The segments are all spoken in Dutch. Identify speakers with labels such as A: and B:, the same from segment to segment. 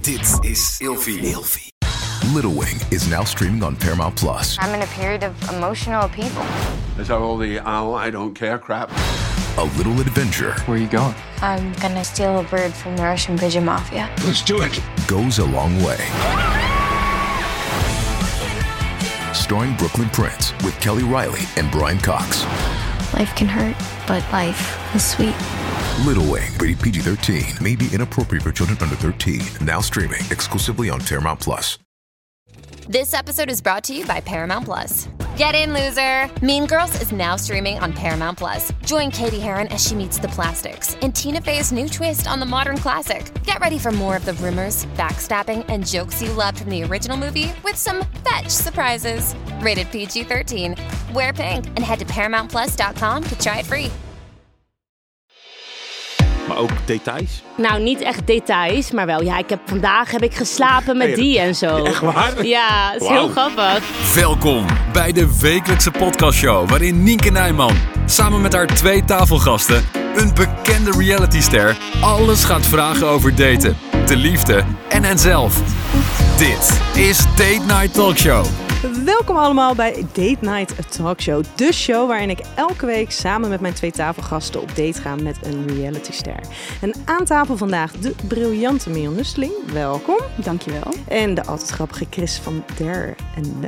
A: Dit is Ilfie. Little Wing is now streaming on Paramount Plus.
B: I'm in a period of emotional upheaval.
C: Is that all the oh, I don't care crap?
A: A little adventure
D: Where are you going?
B: I'm gonna steal a bird from the Russian pigeon mafia.
A: goes a long way. Starring Brooklyn Prince with Kelly Riley and Brian Cox.
B: Life can hurt, but life is sweet.
A: Little Wing, rated PG 13, may be inappropriate for children under 13. Now streaming exclusively on Paramount Plus.
E: This episode is brought to you by Paramount Plus. Get in, loser! Mean Girls is now streaming on Paramount Plus. Join Katie Heron as she meets the plastics and Tina Fey's new twist on the modern classic. Get ready for more of the rumors, backstabbing, and jokes you loved from the original movie with some fetch surprises. Rated PG 13. Wear pink and head to ParamountPlus.com to try it free.
F: Maar ook details.
G: Nou, niet echt details, maar wel. Ja, ik heb, vandaag heb ik geslapen met
F: Hey,
G: die en zo.
F: Echt waar?
G: Ja, het is heel
F: Wauw.
G: grappig.
H: Welkom bij de wekelijkse podcastshow waarin Nienke Nijman samen met haar twee tafelgasten, een bekende realityster, alles gaat vragen over daten, de liefde en henzelf. Dit is Date Night Talkshow.
I: Welkom allemaal bij Date Night Talk Show. De show waarin ik elke week samen met mijn twee tafelgasten op date ga met een realityster. En aan tafel vandaag de briljante Mion Nusteling. Welkom.
J: Dankjewel.
I: En de altijd grappige Chris van der Ende.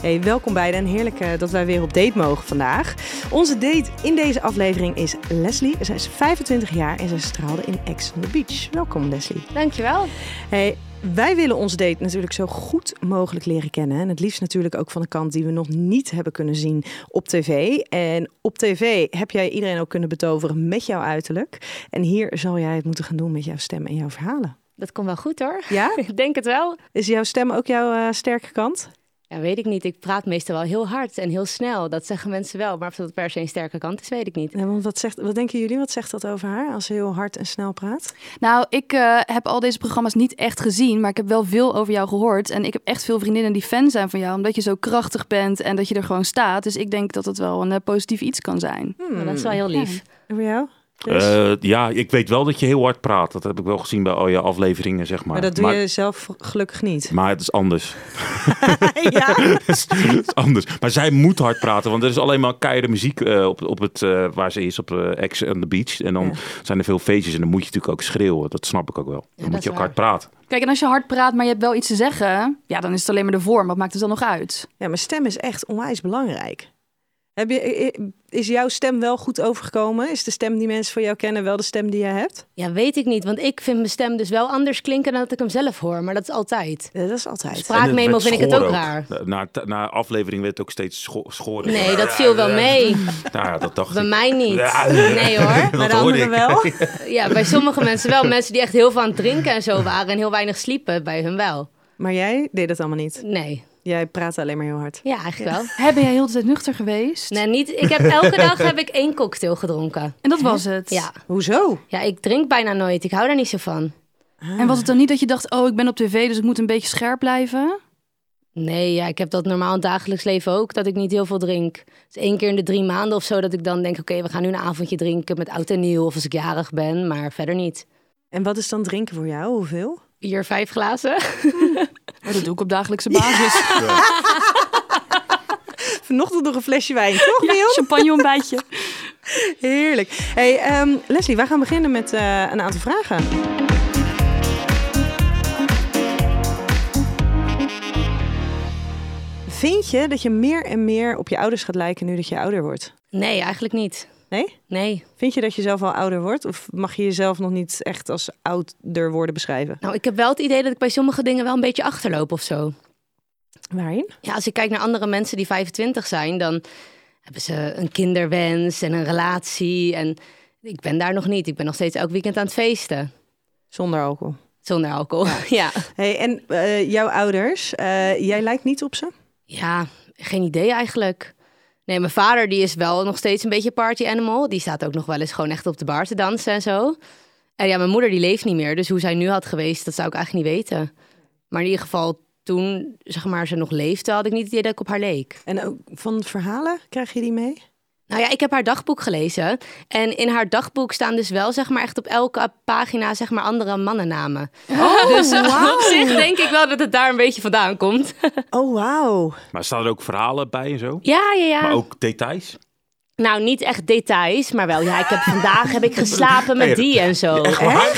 I: Hey, welkom beiden en heerlijk eh, dat wij weer op date mogen vandaag. Onze date in deze aflevering is Leslie. Zij is 25 jaar en zij straalde in Ex on the Beach. Welkom Leslie.
G: Dankjewel.
I: Hey, wij willen ons date natuurlijk zo goed mogelijk leren kennen. En het liefst natuurlijk ook van de kant die we nog niet hebben kunnen zien op tv. En op tv heb jij iedereen ook kunnen betoveren met jouw uiterlijk. En hier zal jij het moeten gaan doen met jouw stem en jouw verhalen.
G: Dat komt wel goed hoor.
I: Ja?
G: Ik denk het wel.
I: Is jouw stem ook jouw eh, sterke kant?
G: Ja, weet ik niet. Ik praat meestal wel heel hard en heel snel. Dat zeggen mensen wel. Maar of dat per se een sterke kant is, weet ik niet.
I: Ja, want wat, zegt, wat denken jullie, wat zegt dat over haar als ze heel hard en snel praat?
J: Nou, ik eh, heb al deze programma's niet echt gezien, maar ik heb wel veel over jou gehoord. En ik heb echt veel vriendinnen die fan zijn van jou, omdat je zo krachtig bent en dat je er gewoon staat. Dus ik denk dat het wel een eh, positief iets kan zijn.
G: Maar dat is wel heel lief.
I: En voor jou? Chris?
F: Eh, ja, ik weet wel dat je heel hard praat. Dat heb ik wel gezien bij al je afleveringen, zeg maar.
I: maar dat doe je zelf gelukkig niet.
F: maar het is anders.
I: ja.
F: Het is anders. Maar zij moet hard praten, want er is alleen maar keiharde muziek eh, op, op het, eh, waar ze is, op eh Ex on the Beach. En dan
I: Ja.
F: zijn er veel feestjes en dan moet je natuurlijk ook schreeuwen. Dat snap ik ook wel. Dan
G: dat
F: moet je
G: is
F: ook
G: waar.
F: hard praten.
J: Kijk, en als je hard praat, maar je hebt wel iets te zeggen, ja, dan is het alleen maar de vorm. Wat maakt het dan nog uit?
I: ja, maar stem is echt onwijs belangrijk. Heb je, is jouw stem wel goed overgekomen? Is de stem die mensen van jou kennen wel de stem die jij hebt?
G: Ja, weet ik niet. Want ik vind mijn stem dus wel anders klinken dan dat ik hem zelf hoor. Maar dat is altijd.
J: Eh,
I: Ja, dat is altijd.
G: Spraak- Vaak
F: En
G: memo
F: werd
G: vind ik het
F: schoor
G: ook raar.
F: Na, na- na aflevering werd het ook steeds scho schoren.
G: Nee, dat viel wel mee.
F: Nou ja, dat dacht
G: Bij
F: ik.
G: mij niet.
F: Ja.
G: Nee hoor.
I: Maar de
F: hoor
I: anderen
F: ik.
I: wel?
G: Ja, bij sommige mensen wel. Mensen die echt heel veel aan het drinken en zo waren en heel weinig sliepen, bij hun wel.
I: Maar jij deed dat allemaal niet.
G: Nee.
I: Jij praat alleen maar heel hard.
G: Ja, eigenlijk wel.
J: Hè, ben jij heel de tijd nuchter geweest?
G: Nee, niet, ik heb elke dag heb ik één cocktail gedronken.
J: En dat was het.
G: Ja.
I: Hoezo?
G: ja, ik drink bijna nooit. Ik hou daar niet zo van.
J: En was het dan niet dat je dacht, oh, ik ben op tv, dus ik moet een beetje scherp blijven?
G: Nee, ja, ik heb dat normaal in het dagelijks leven ook, dat ik niet heel veel drink. Dus één keer in de drie maanden of zo dat ik dan denk, oké, we gaan nu een avondje drinken met oud en nieuw of als ik jarig ben, maar verder niet.
I: En wat is dan drinken voor jou? Hoeveel?
G: Hier vijf glazen.
J: Maar Oh, dat doe ik op dagelijkse basis.
I: Vanochtend nog een flesje wijn, toch
J: Ja,
I: Mion?
J: champagne ontbijtje.
I: Heerlijk. Hey, ehm, Leslie, wij gaan beginnen met eh, een aantal vragen. Vind je dat je meer en meer op je ouders gaat lijken nu dat je ouder wordt?
G: Nee, eigenlijk niet.
I: Nee?
G: Nee.
I: Vind je dat je zelf al ouder wordt? Of mag je jezelf nog niet echt als ouder worden beschrijven?
G: Nou, ik heb wel het idee dat ik bij sommige dingen wel een beetje achterloop of zo.
I: Waarin?
G: Ja, als ik kijk naar andere mensen die 25 zijn, dan hebben ze een kinderwens en een relatie. En ik ben daar nog niet. Ik ben nog steeds elk weekend aan het feesten.
I: Zonder alcohol.
G: Zonder alcohol. Ja.
I: Hey, en eh, jouw ouders, eh, jij lijkt niet op ze?
G: Ja, geen idee eigenlijk. Nee, mijn vader die is wel nog steeds een beetje party animal. Die staat ook nog wel eens gewoon echt op de bar te dansen en zo. En ja, mijn moeder die leeft niet meer. Dus hoe zij nu had geweest, dat zou ik eigenlijk niet weten. Maar in ieder geval, toen zeg maar, ze nog leefde, had ik niet het idee dat ik op haar leek.
I: En ook van verhalen krijg je die mee?
G: Nou ja, ik heb haar dagboek gelezen. En in haar dagboek staan dus wel, zeg maar, echt op elke pagina, zeg maar, andere mannennamen. dus eh, op zich denk ik wel dat het daar een beetje vandaan komt.
I: Oh, wauw.
F: Maar staan er ook verhalen bij en zo?
G: ja, ja, ja.
F: Maar ook details?
G: Nou, niet echt details, maar wel, ja, ik heb vandaag heb ik geslapen met die en zo.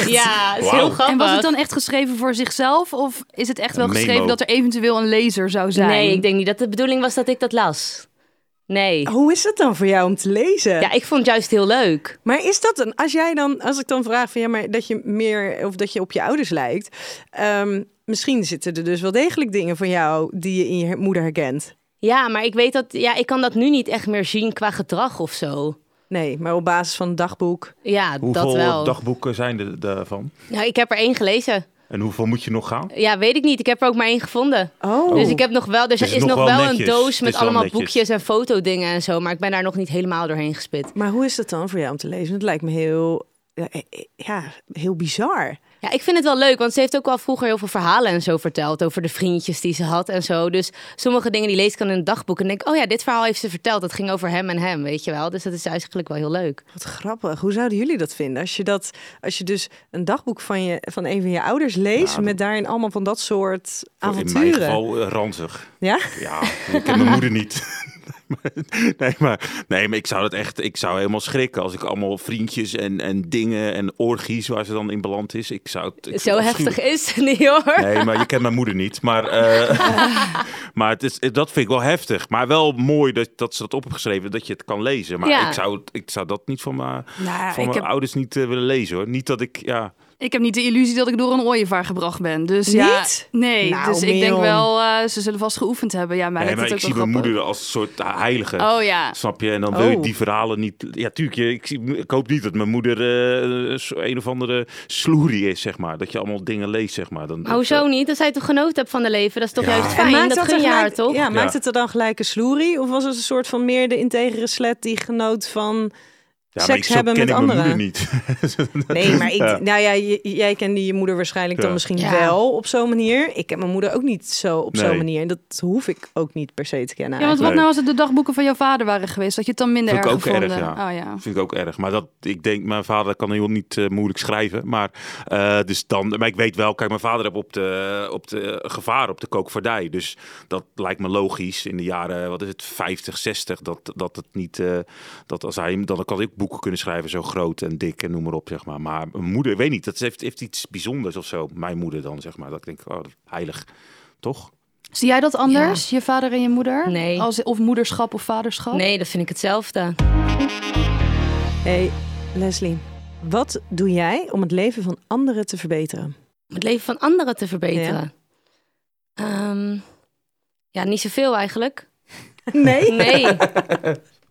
G: Ja, het is heel grappig.
J: En was het dan echt geschreven voor zichzelf? Of is het echt wel
F: Een
J: geschreven
F: memo.
J: dat er eventueel een lezer zou zijn?
G: Nee, ik denk niet dat de bedoeling was dat ik dat las. Nee.
I: Hoe is dat dan voor jou om te lezen?
G: Ja, ik vond het juist heel leuk.
I: Maar is dat een, als jij dan, als ik dan vraag van ja, maar dat je meer of dat je op je ouders lijkt, ehm, misschien zitten er dus wel degelijk dingen van jou die je in je moeder herkent.
G: Ja, maar ik weet dat, ja, ik kan dat nu niet echt meer zien qua gedrag of zo.
I: Nee, maar op basis van het dagboek.
G: Ja, dat
F: Hoeveel
G: wel.
F: dagboeken zijn er daarvan?
G: Nou, ik heb er één gelezen.
F: En hoeveel moet je nog gaan?
G: Ja, weet ik niet. Ik heb er ook maar één gevonden.
I: Oh,
G: Dus ik heb nog wel, er is,
F: is nog
G: nog wel,
F: wel
G: een
F: netjes. Het
G: doos
F: is
G: met
F: wel
G: allemaal
F: netjes.
G: boekjes en fotodingen en zo, maar ik ben daar nog niet helemaal doorheen gespit.
I: maar hoe is dat dan voor jou om te lezen? Het lijkt me heel, ja, eh, eh, ja, heel bizar.
G: Ja, ik vind het wel leuk, want ze heeft ook al vroeger heel veel verhalen en zo verteld over de vriendjes die ze had en zo. Dus sommige dingen die lees ik dan in het dagboek en denk, oh ja, dit verhaal heeft ze verteld. Dat ging over hem en hem, weet je wel. Dus dat is eigenlijk wel heel leuk.
I: Wat grappig. Hoe zouden jullie dat vinden als je dat, als je dus een dagboek van je, van een van je ouders leest met daarin allemaal van dat soort
F: Nou, In
I: avonturen?
F: mijn geval eh, ranzig.
I: Ja.
F: Ja, ik ken mijn moeder niet. Nee maar, nee, maar ik zou dat echt, ik zou helemaal schrikken als ik allemaal vriendjes en, en dingen en orgies waar ze dan in beland is. Ik zou het, ik
G: Zo
F: afschuwelijk.
G: heftig is het niet hoor.
F: Nee, maar je kent mijn moeder niet. Maar, eh, maar het is, dat vind ik wel heftig. Maar wel mooi dat, dat ze dat op hebben geschreven, dat je het kan lezen. Maar
G: Ja.
F: ik, zou, het- ik zou dat niet van mijn,
J: Nou,
F: van
J: ik
F: mijn
J: heb-
F: ouders niet eh, willen lezen hoor. Niet dat ik, ja,
J: Ik heb niet de illusie dat ik door een ooievaar gebracht ben. Dus ja,
I: Niet?
J: nee.
I: Nou,
J: dus ik denk
I: Merel.
J: wel, eh, ze zullen vast geoefend hebben. Ja, maar,
F: nee,
J: het
F: maar
J: is
F: ik
J: ook
F: zie
J: wel
F: mijn
J: grappig.
F: moeder als een soort heilige.
J: Oh ja.
F: Snap je? En dan wil je
I: Oh.
F: die verhalen niet. Ja, tuurlijk. je- Ik, zie- ik hoop niet dat mijn moeder eh, zo- een of andere sloerie is, zeg maar. Dat je allemaal dingen leest, zeg maar. Dan,
G: Maar hoezo niet? Als zij toch genoten hebt van de leven, dat is toch juist
I: En
G: fijn? Dat
I: er
G: gun je
I: gelijk-
G: haar toch?
I: Ja, maakt
F: Ja.
I: het er dan gelijk een sloerie? Of was het een soort van meer de integere slet die genoot van...
F: Ja, maar ik,
I: seks
F: zo
I: hebben
F: ken
I: met
F: ik mijn moeder
I: anderen.
F: niet.
I: Nee, maar ik,
F: Ja.
I: nou ja, j- jij kende je moeder waarschijnlijk dan
F: Ja.
I: misschien
G: Ja.
I: wel op zo'n manier. Ik ken mijn moeder ook niet zo op
F: Nee.
I: zo'n manier. En dat hoef ik ook niet per se te kennen.
J: Ja, want
I: eigenlijk.
J: wat
F: Nee.
J: nou als het de dagboeken van jouw vader waren geweest? Dat je het dan minder
F: Vind
J: erg
F: ik ook
J: gevonden?
F: erg, ja.
J: Oh ja.
F: Vind ik ook erg. Maar dat, ik denk, mijn vader kan heel niet eh, moeilijk schrijven. Maar, eh, dus dan, maar ik weet wel, kijk, mijn vader heb op de, op de gevaar op de kookvaardij. Dus dat lijkt me logisch in de jaren, wat is het, 50, 60. Dat, dat het niet, eh, dat als hij, hem- dan kan hij ook boeken kunnen schrijven zo groot en dik en noem maar op, zeg maar. Maar mijn moeder, ik weet niet, dat heeft, heeft iets bijzonders of zo. Mijn moeder dan, zeg maar. Dat ik denk, oh, heilig, toch?
J: Zie jij dat anders, je vader en je moeder?
G: Nee.
J: Als, of moederschap of vaderschap?
G: Nee, dat vind ik hetzelfde.
I: Hey, Leslie. Wat doe jij om het leven van anderen te verbeteren?
G: Om het leven van anderen te verbeteren. Ja, ja niet zoveel eigenlijk.
I: Nee?
G: Nee.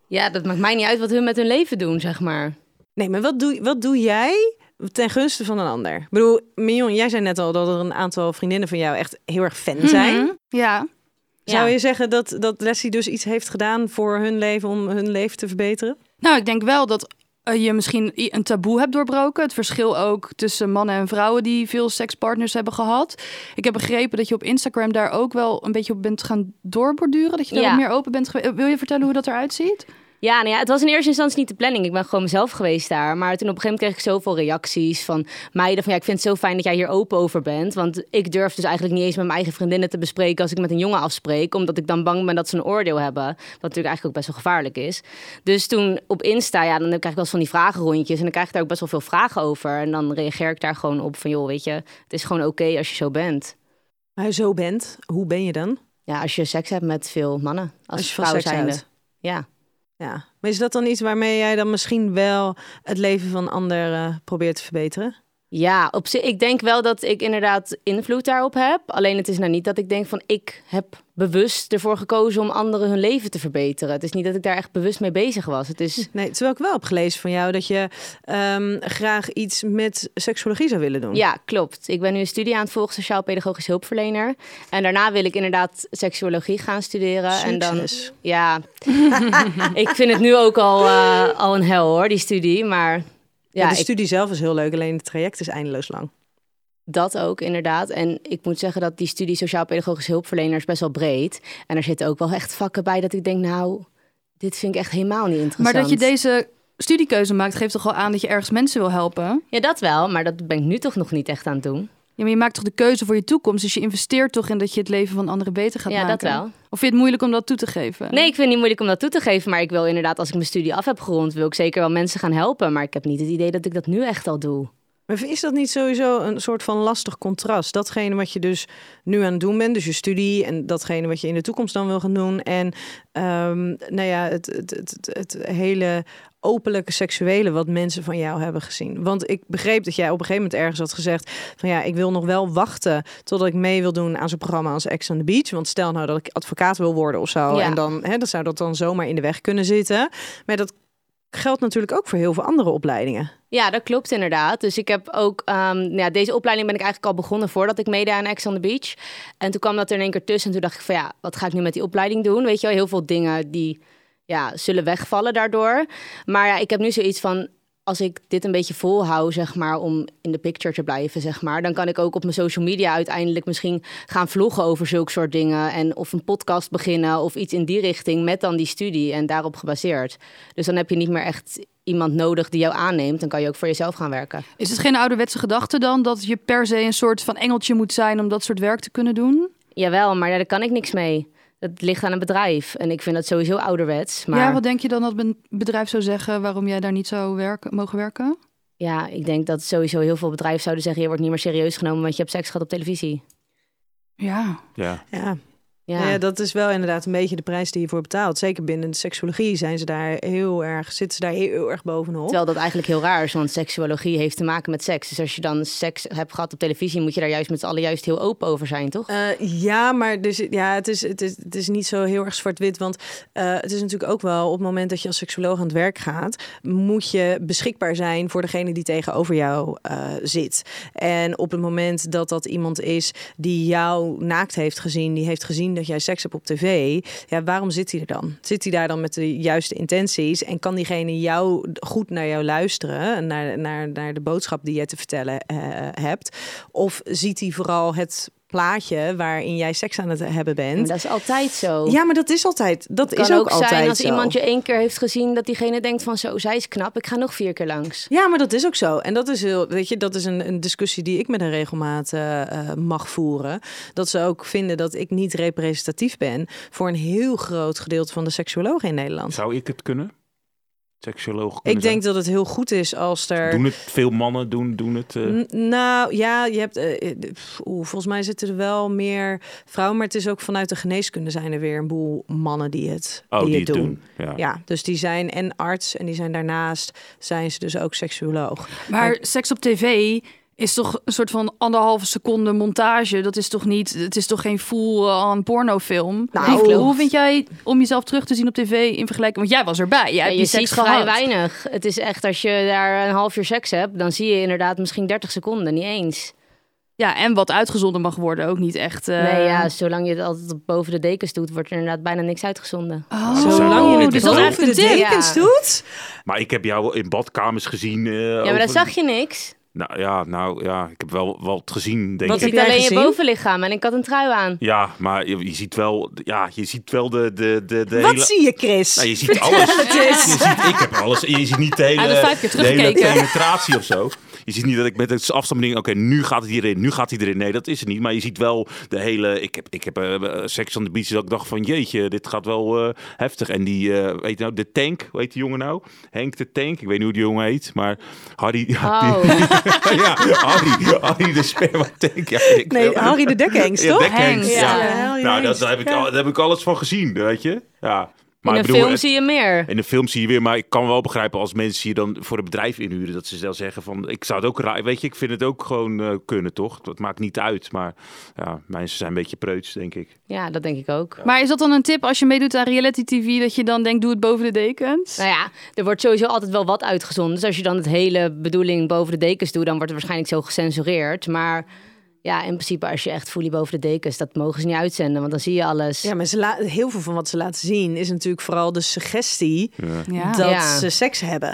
G: ja, dat maakt mij niet uit wat hun met hun leven doen, zeg maar.
I: Nee, maar wat doe, wat doe jij ten gunste van een ander? Ik bedoel, Mignon, jij zei net al dat er een aantal vriendinnen van jou echt heel erg fan zijn.
J: Mhm. Ja.
I: Zou
G: Ja.
I: je zeggen dat, dat Leslie dus iets heeft gedaan voor hun leven om hun leven te verbeteren?
J: Nou, ik denk wel dat eh, je misschien i- een taboe hebt doorbroken. Het verschil ook tussen mannen en vrouwen die veel sekspartners hebben gehad. Ik heb begrepen dat je op Instagram daar ook wel een beetje op bent gaan doorborduren. Dat je daar
G: Ja.
J: wat meer open bent geweest. Eh, Wil je vertellen hoe dat eruit ziet?
G: Ja, nou ja, het was in eerste instantie niet de planning. Ik ben gewoon mezelf geweest daar. Maar toen op een gegeven moment kreeg ik zoveel reacties van meiden van... ja, ik vind het zo fijn dat jij hier open over bent. Want ik durf dus eigenlijk niet eens met mijn eigen vriendinnen te bespreken... als ik met een jongen afspreek. Omdat ik dan bang ben dat ze een oordeel hebben. Wat natuurlijk eigenlijk ook best wel gevaarlijk is. Dus toen op Insta, ja, dan krijg ik wel eens van die vragenrondjes. En dan krijg ik daar ook best wel veel vragen over. En dan reageer ik daar gewoon op van... joh, weet je, het is gewoon oké als je zo bent.
I: Maar je zo bent, hoe ben je dan? Als,
G: Ja, als je seks hebt met veel mannen. Als,
I: je van
G: vrouw
I: seks
G: zijnde.
I: houdt.
G: Ja.
I: Ja. Maar is dat dan iets waarmee jij dan misschien wel het leven van anderen probeert te verbeteren?
G: Ja, op zich, ik denk wel dat ik inderdaad invloed daarop heb. Alleen het is nou niet dat ik denk van ik heb bewust ervoor gekozen om anderen hun leven te verbeteren. Het is niet dat ik daar echt bewust mee bezig was. Het is
I: Nee, terwijl ik wel heb gelezen van jou dat je ehm, graag iets met seksologie zou willen doen.
G: Ja, klopt. Ik ben nu een studie aan het volgen, sociaal-pedagogisch hulpverlener. En daarna wil ik inderdaad seksuologie gaan studeren. En dan,
I: Succes.
G: ja, ik vind het nu ook al, eh, al een hel hoor, die studie. Maar
I: Ja, dus
G: ja,
I: de
G: ik-
I: studie zelf is heel leuk, alleen het traject is eindeloos lang.
G: Dat ook, inderdaad. En ik moet zeggen dat die studie sociaal-pedagogische hulpverlener is best wel breed. En er zitten ook wel echt vakken bij dat ik denk, nou, dit vind ik echt helemaal niet interessant.
J: Maar dat je deze studiekeuze maakt, geeft toch wel aan dat je ergens mensen wil helpen?
G: Ja, dat wel, maar dat ben ik nu toch nog niet echt aan het doen.
J: Ja, maar je maakt toch de keuze voor je toekomst? Dus je investeert toch in dat je het leven van anderen beter gaat
G: Ja,
J: maken?
G: dat wel.
J: Of vind je het moeilijk om dat toe te geven?
G: Nee, ik vind het niet moeilijk om dat toe te geven, maar ik wil inderdaad, als ik mijn studie af heb gerond, wil ik zeker wel mensen gaan helpen. Maar ik heb niet het idee dat ik dat nu echt al doe.
I: Maar is dat niet sowieso een soort van lastig contrast? Datgene wat je dus nu aan het doen bent, dus je studie en datgene wat je in de toekomst dan wil gaan doen. En ehm, nou ja, het, het, het, het, het hele openlijke seksuele wat mensen van jou hebben gezien. Want ik begreep dat jij op een gegeven moment ergens had gezegd van ja, ik wil nog wel wachten totdat ik mee wil doen aan zo'n programma als Ex on the Beach. Want stel nou dat ik advocaat wil worden of zo.
G: Ja.
I: En dan, hè, dan zou dat dan zomaar in de weg kunnen zitten. Maar dat geldt natuurlijk ook voor heel veel andere opleidingen.
G: Ja, dat klopt inderdaad. Dus ik heb ook, ehm, nou ja, deze opleiding ben ik eigenlijk al begonnen voordat ik meedeed aan Ex on the Beach. En toen kwam dat er in één keer tussen en toen dacht ik van ja, wat ga ik nu met die opleiding doen? Weet je wel, heel veel dingen die ja, zullen wegvallen daardoor. Maar ja, ik heb nu zoiets van, als ik dit een beetje volhou, zeg maar, om in de picture te blijven, zeg maar, dan kan ik ook op mijn social media uiteindelijk misschien gaan vloggen over zulke soort dingen. En of een podcast beginnen of iets in die richting met dan die studie en daarop gebaseerd. Dus dan heb je niet meer echt iemand nodig die jou aanneemt. Dan kan je ook voor jezelf gaan werken.
J: Is het geen ouderwetse gedachte dan dat je per se een soort van engeltje moet zijn om dat soort werk te kunnen doen?
G: Jawel, maar ja, daar kan ik niks mee. Dat ligt aan een bedrijf. En ik vind dat sowieso ouderwets. Maar
J: Ja, wat denk je dan dat een bedrijf zou zeggen waarom jij daar niet zou werken, mogen werken?
G: ja, ik denk dat sowieso heel veel bedrijven zouden zeggen... je wordt niet meer serieus genomen, want je hebt seks gehad op televisie.
J: Ja.
F: Ja.
I: Ja,
G: Ja,
I: Nou Ja. dat is wel inderdaad een beetje de prijs die je voor betaalt. Zeker binnen de seksologie zijn ze daar heel erg, zitten ze daar heel erg bovenop.
G: Terwijl dat eigenlijk heel raar is, want seksuologie heeft te maken met seks. Dus als je dan seks hebt gehad op televisie, moet je daar juist met z'n allen juist heel open over zijn, toch?
I: Eh, ja, maar dus, ja, het, is, het, is, het is niet zo heel erg zwart-wit. Want eh, het is natuurlijk ook wel op het moment dat je als seksoloog aan het werk gaat, moet je beschikbaar zijn voor degene die tegenover jou eh, zit. En op het moment dat dat iemand is die jou naakt heeft gezien, die heeft gezien dat jij seks hebt op tv, ja, waarom zit hij er dan? Zit hij daar dan met de juiste intenties? En kan diegene jou goed naar jou luisteren, en naar, naar, naar de boodschap die jij te vertellen eh, hebt? Of ziet hij vooral het plaatje waarin jij seks aan het hebben
G: Maar
I: bent.
G: dat is altijd zo.
I: Ja, maar dat is altijd. Dat
G: kan
I: is ook,
G: zijn
I: altijd
G: als
I: zo.
G: iemand je één keer heeft gezien dat diegene denkt van zo, zij is knap, ik ga nog vier keer langs.
I: Ja, maar dat is ook zo. En dat is heel, weet je, dat is een, een discussie die ik met een regelmaat eh, eh, mag voeren. Dat ze ook vinden dat ik niet representatief ben voor een heel groot gedeelte van de seksuologen in Nederland.
F: Zou ik het kunnen? Seksoloog
I: Ik
F: kunnen
I: denk dat het heel goed is als er.
F: zijn? Doen het veel mannen, doen, doen het... eh,
I: N- Nou ja, je hebt, eh, eh, pff, oeh, volgens mij zitten er wel meer vrouwen, maar het is ook vanuit de geneeskunde zijn er weer een boel mannen die het,
F: oh, die
I: het
F: het
I: doen.
F: doen. Ja.
I: Ja, dus die zijn en arts en die zijn daarnaast zijn ze dus ook seksuoloog.
J: Maar seks op tv is toch een soort van anderhalve seconde montage. Dat is toch niet, het is toch geen full-on pornofilm?
I: Nou,
J: Hoe- hoe
I: klopt.
J: vind jij om jezelf terug te zien op tv in vergelijking? Want jij was erbij, jij
G: Ja,
J: hebt
G: je
J: die seks
G: ziet vrij
J: gehad.
G: weinig. Het is echt, als je daar een half uur seks hebt, dan zie je inderdaad misschien 30 seconden, niet eens.
J: Ja, en wat uitgezonden mag worden ook niet echt. eh,
G: Nee, ja, zolang je het altijd op boven de dekens doet, wordt er inderdaad bijna niks uitgezonden.
J: Oh,
F: Zolang je het
J: dus dat is
F: boven
J: echt een
I: de
J: tip.
I: dekens
G: Ja.
I: doet.
F: Maar ik heb jou in badkamers gezien. eh,
G: Ja, maar
F: over-
G: dan zag je niks.
F: Nou ja, nou, ja ik heb wel wat gezien, denk
I: Wat
F: ik.
I: heb
G: Ik
I: jij
G: alleen
I: gezien?
G: je bovenlichaam en ik had een trui aan.
F: Ja, maar je, je ziet wel, ja, je ziet wel de, de, de, de
I: Wat
F: hele...
I: zie je, Chris?
F: Nou, je ziet alles. Je ziet, ik heb alles. Je ziet niet de hele,
J: Hij heeft vijf keer
F: de hele
J: teruggekeken.
F: penetratie of zo. Je ziet niet dat ik met het afstand denk, oké, nu gaat het hierin, nu gaat hij erin. Nee, dat is het niet. Maar je ziet wel de hele... Ik heb, ik heb eh, eh, seks on the beach dat ik dacht van, jeetje, dit gaat wel eh, heftig. En die, eh, weet je nou, de tank, hoe heet die jongen nou? Henk de tank, ik weet niet hoe die jongen heet, maar Harry... ja, die-
G: Oh.
F: ja, Harry, Harry de spermatank. Ja, ik-
I: Nee, Harry de Dekhengst,
F: Ja,
I: toch?
F: Dekhengst,
J: Hengst,
F: ja.
J: ja.
I: Harry
F: Nou, dat,
I: Hengst,
F: daar, heb ik
I: ja.
F: al, daar heb ik alles van gezien, weet je? Ja.
G: in
F: Maar
G: een
F: ik bedoel,
G: film
F: het-
G: zie je meer.
F: in de film zie je weer, maar ik kan wel begrijpen als mensen je dan voor een bedrijf inhuren, dat ze zelf zeggen van, ik zou het ook raar, weet je, ik vind het ook gewoon eh, kunnen, toch? Dat maakt niet uit, maar ja, mensen zijn een beetje preuts, denk ik.
G: Ja, dat denk ik ook.
J: Maar is dat dan een tip als je meedoet aan reality TV dat je dan denkt doe het boven de dekens?
G: Nou ja, er wordt sowieso altijd wel wat uitgezonden. Dus als je dan het hele bedoeling boven de dekens doet, dan wordt het waarschijnlijk zo gecensureerd. Maar ja, in principe als je echt fully boven de dekens, dat mogen ze niet uitzenden, want dan zie je alles.
I: Ja, maar ze la- heel veel van wat ze laten zien is natuurlijk vooral de suggestie
J: Ja.
I: dat
G: Ja.
I: ze seks hebben.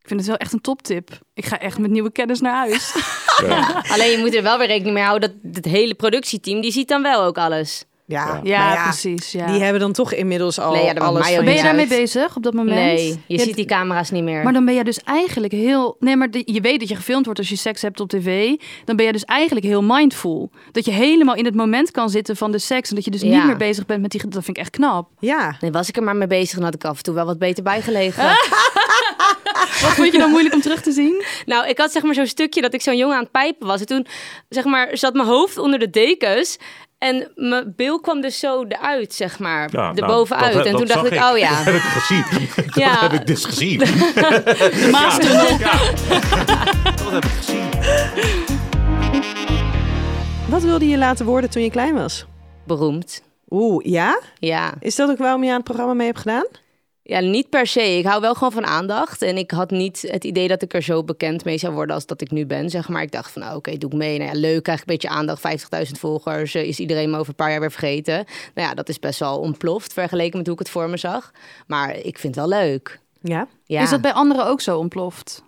J: Ik vind het wel echt een toptip. Ik ga echt met nieuwe kennis naar huis.
G: Alleen je moet er wel weer rekening mee houden dat het hele productieteam, die ziet dan wel ook alles.
I: Ja,
F: Ja.
I: maar
G: Nou
J: Ja,
I: ja,
J: precies. Ja.
I: Die hebben dan toch inmiddels al
G: Nee, ja, dat maakt
I: alles.
G: mij ook
I: van
J: ben je
G: niet
I: jou.
J: daarmee
G: uit.
J: bezig op dat moment?
G: Nee, je
J: Ja,
G: ziet die camera's niet meer.
J: Maar dan ben je dus eigenlijk heel. Nee, maar de- je weet dat je gefilmd wordt als je seks hebt op tv. Dan ben je dus eigenlijk heel mindful. Dat je helemaal in het moment kan zitten van de seks. En dat je dus niet
G: Ja.
J: meer bezig bent met die. Dat vind ik echt knap.
I: Ja.
G: Nee, was ik er maar mee bezig, dan had ik af en toe wel wat beter bijgelegen.
J: Wat vond je dan moeilijk om terug te zien?
G: Nou, ik had zeg maar zo'n stukje dat ik zo'n jongen aan het pijpen was. En toen zeg maar, zat mijn hoofd onder de dekens. En mijn bil kwam dus zo eruit, zeg maar.
F: Ja,
G: de
F: nou,
G: bovenuit.
F: dat-
G: en
F: dat
G: toen dacht
F: zag
G: ik, oh ja.
F: Dat heb ik gezien. Dat
G: Ja.
F: heb ik dus gezien.
J: De maas
F: Dat heb ik gezien.
I: Wat wilde je laten worden toen je klein was?
G: Beroemd.
I: Oeh, ja?
G: Ja.
I: Is dat ook waarom je aan het programma mee hebt gedaan?
G: ja, niet per se. Ik hou wel gewoon van aandacht. En ik had niet het idee dat ik er zo bekend mee zou worden als dat ik nu ben, zeg maar. Ik dacht van, nou, oké, doe ik mee. Nou ja, leuk, krijg ik een beetje aandacht. 50.000 volgers, eh, is iedereen me over een paar jaar weer vergeten. Nou ja, dat is best wel ontploft vergeleken met hoe ik het voor me zag. Maar ik vind het wel leuk.
I: Ja.
G: Ja.
J: Is dat bij anderen ook zo ontploft?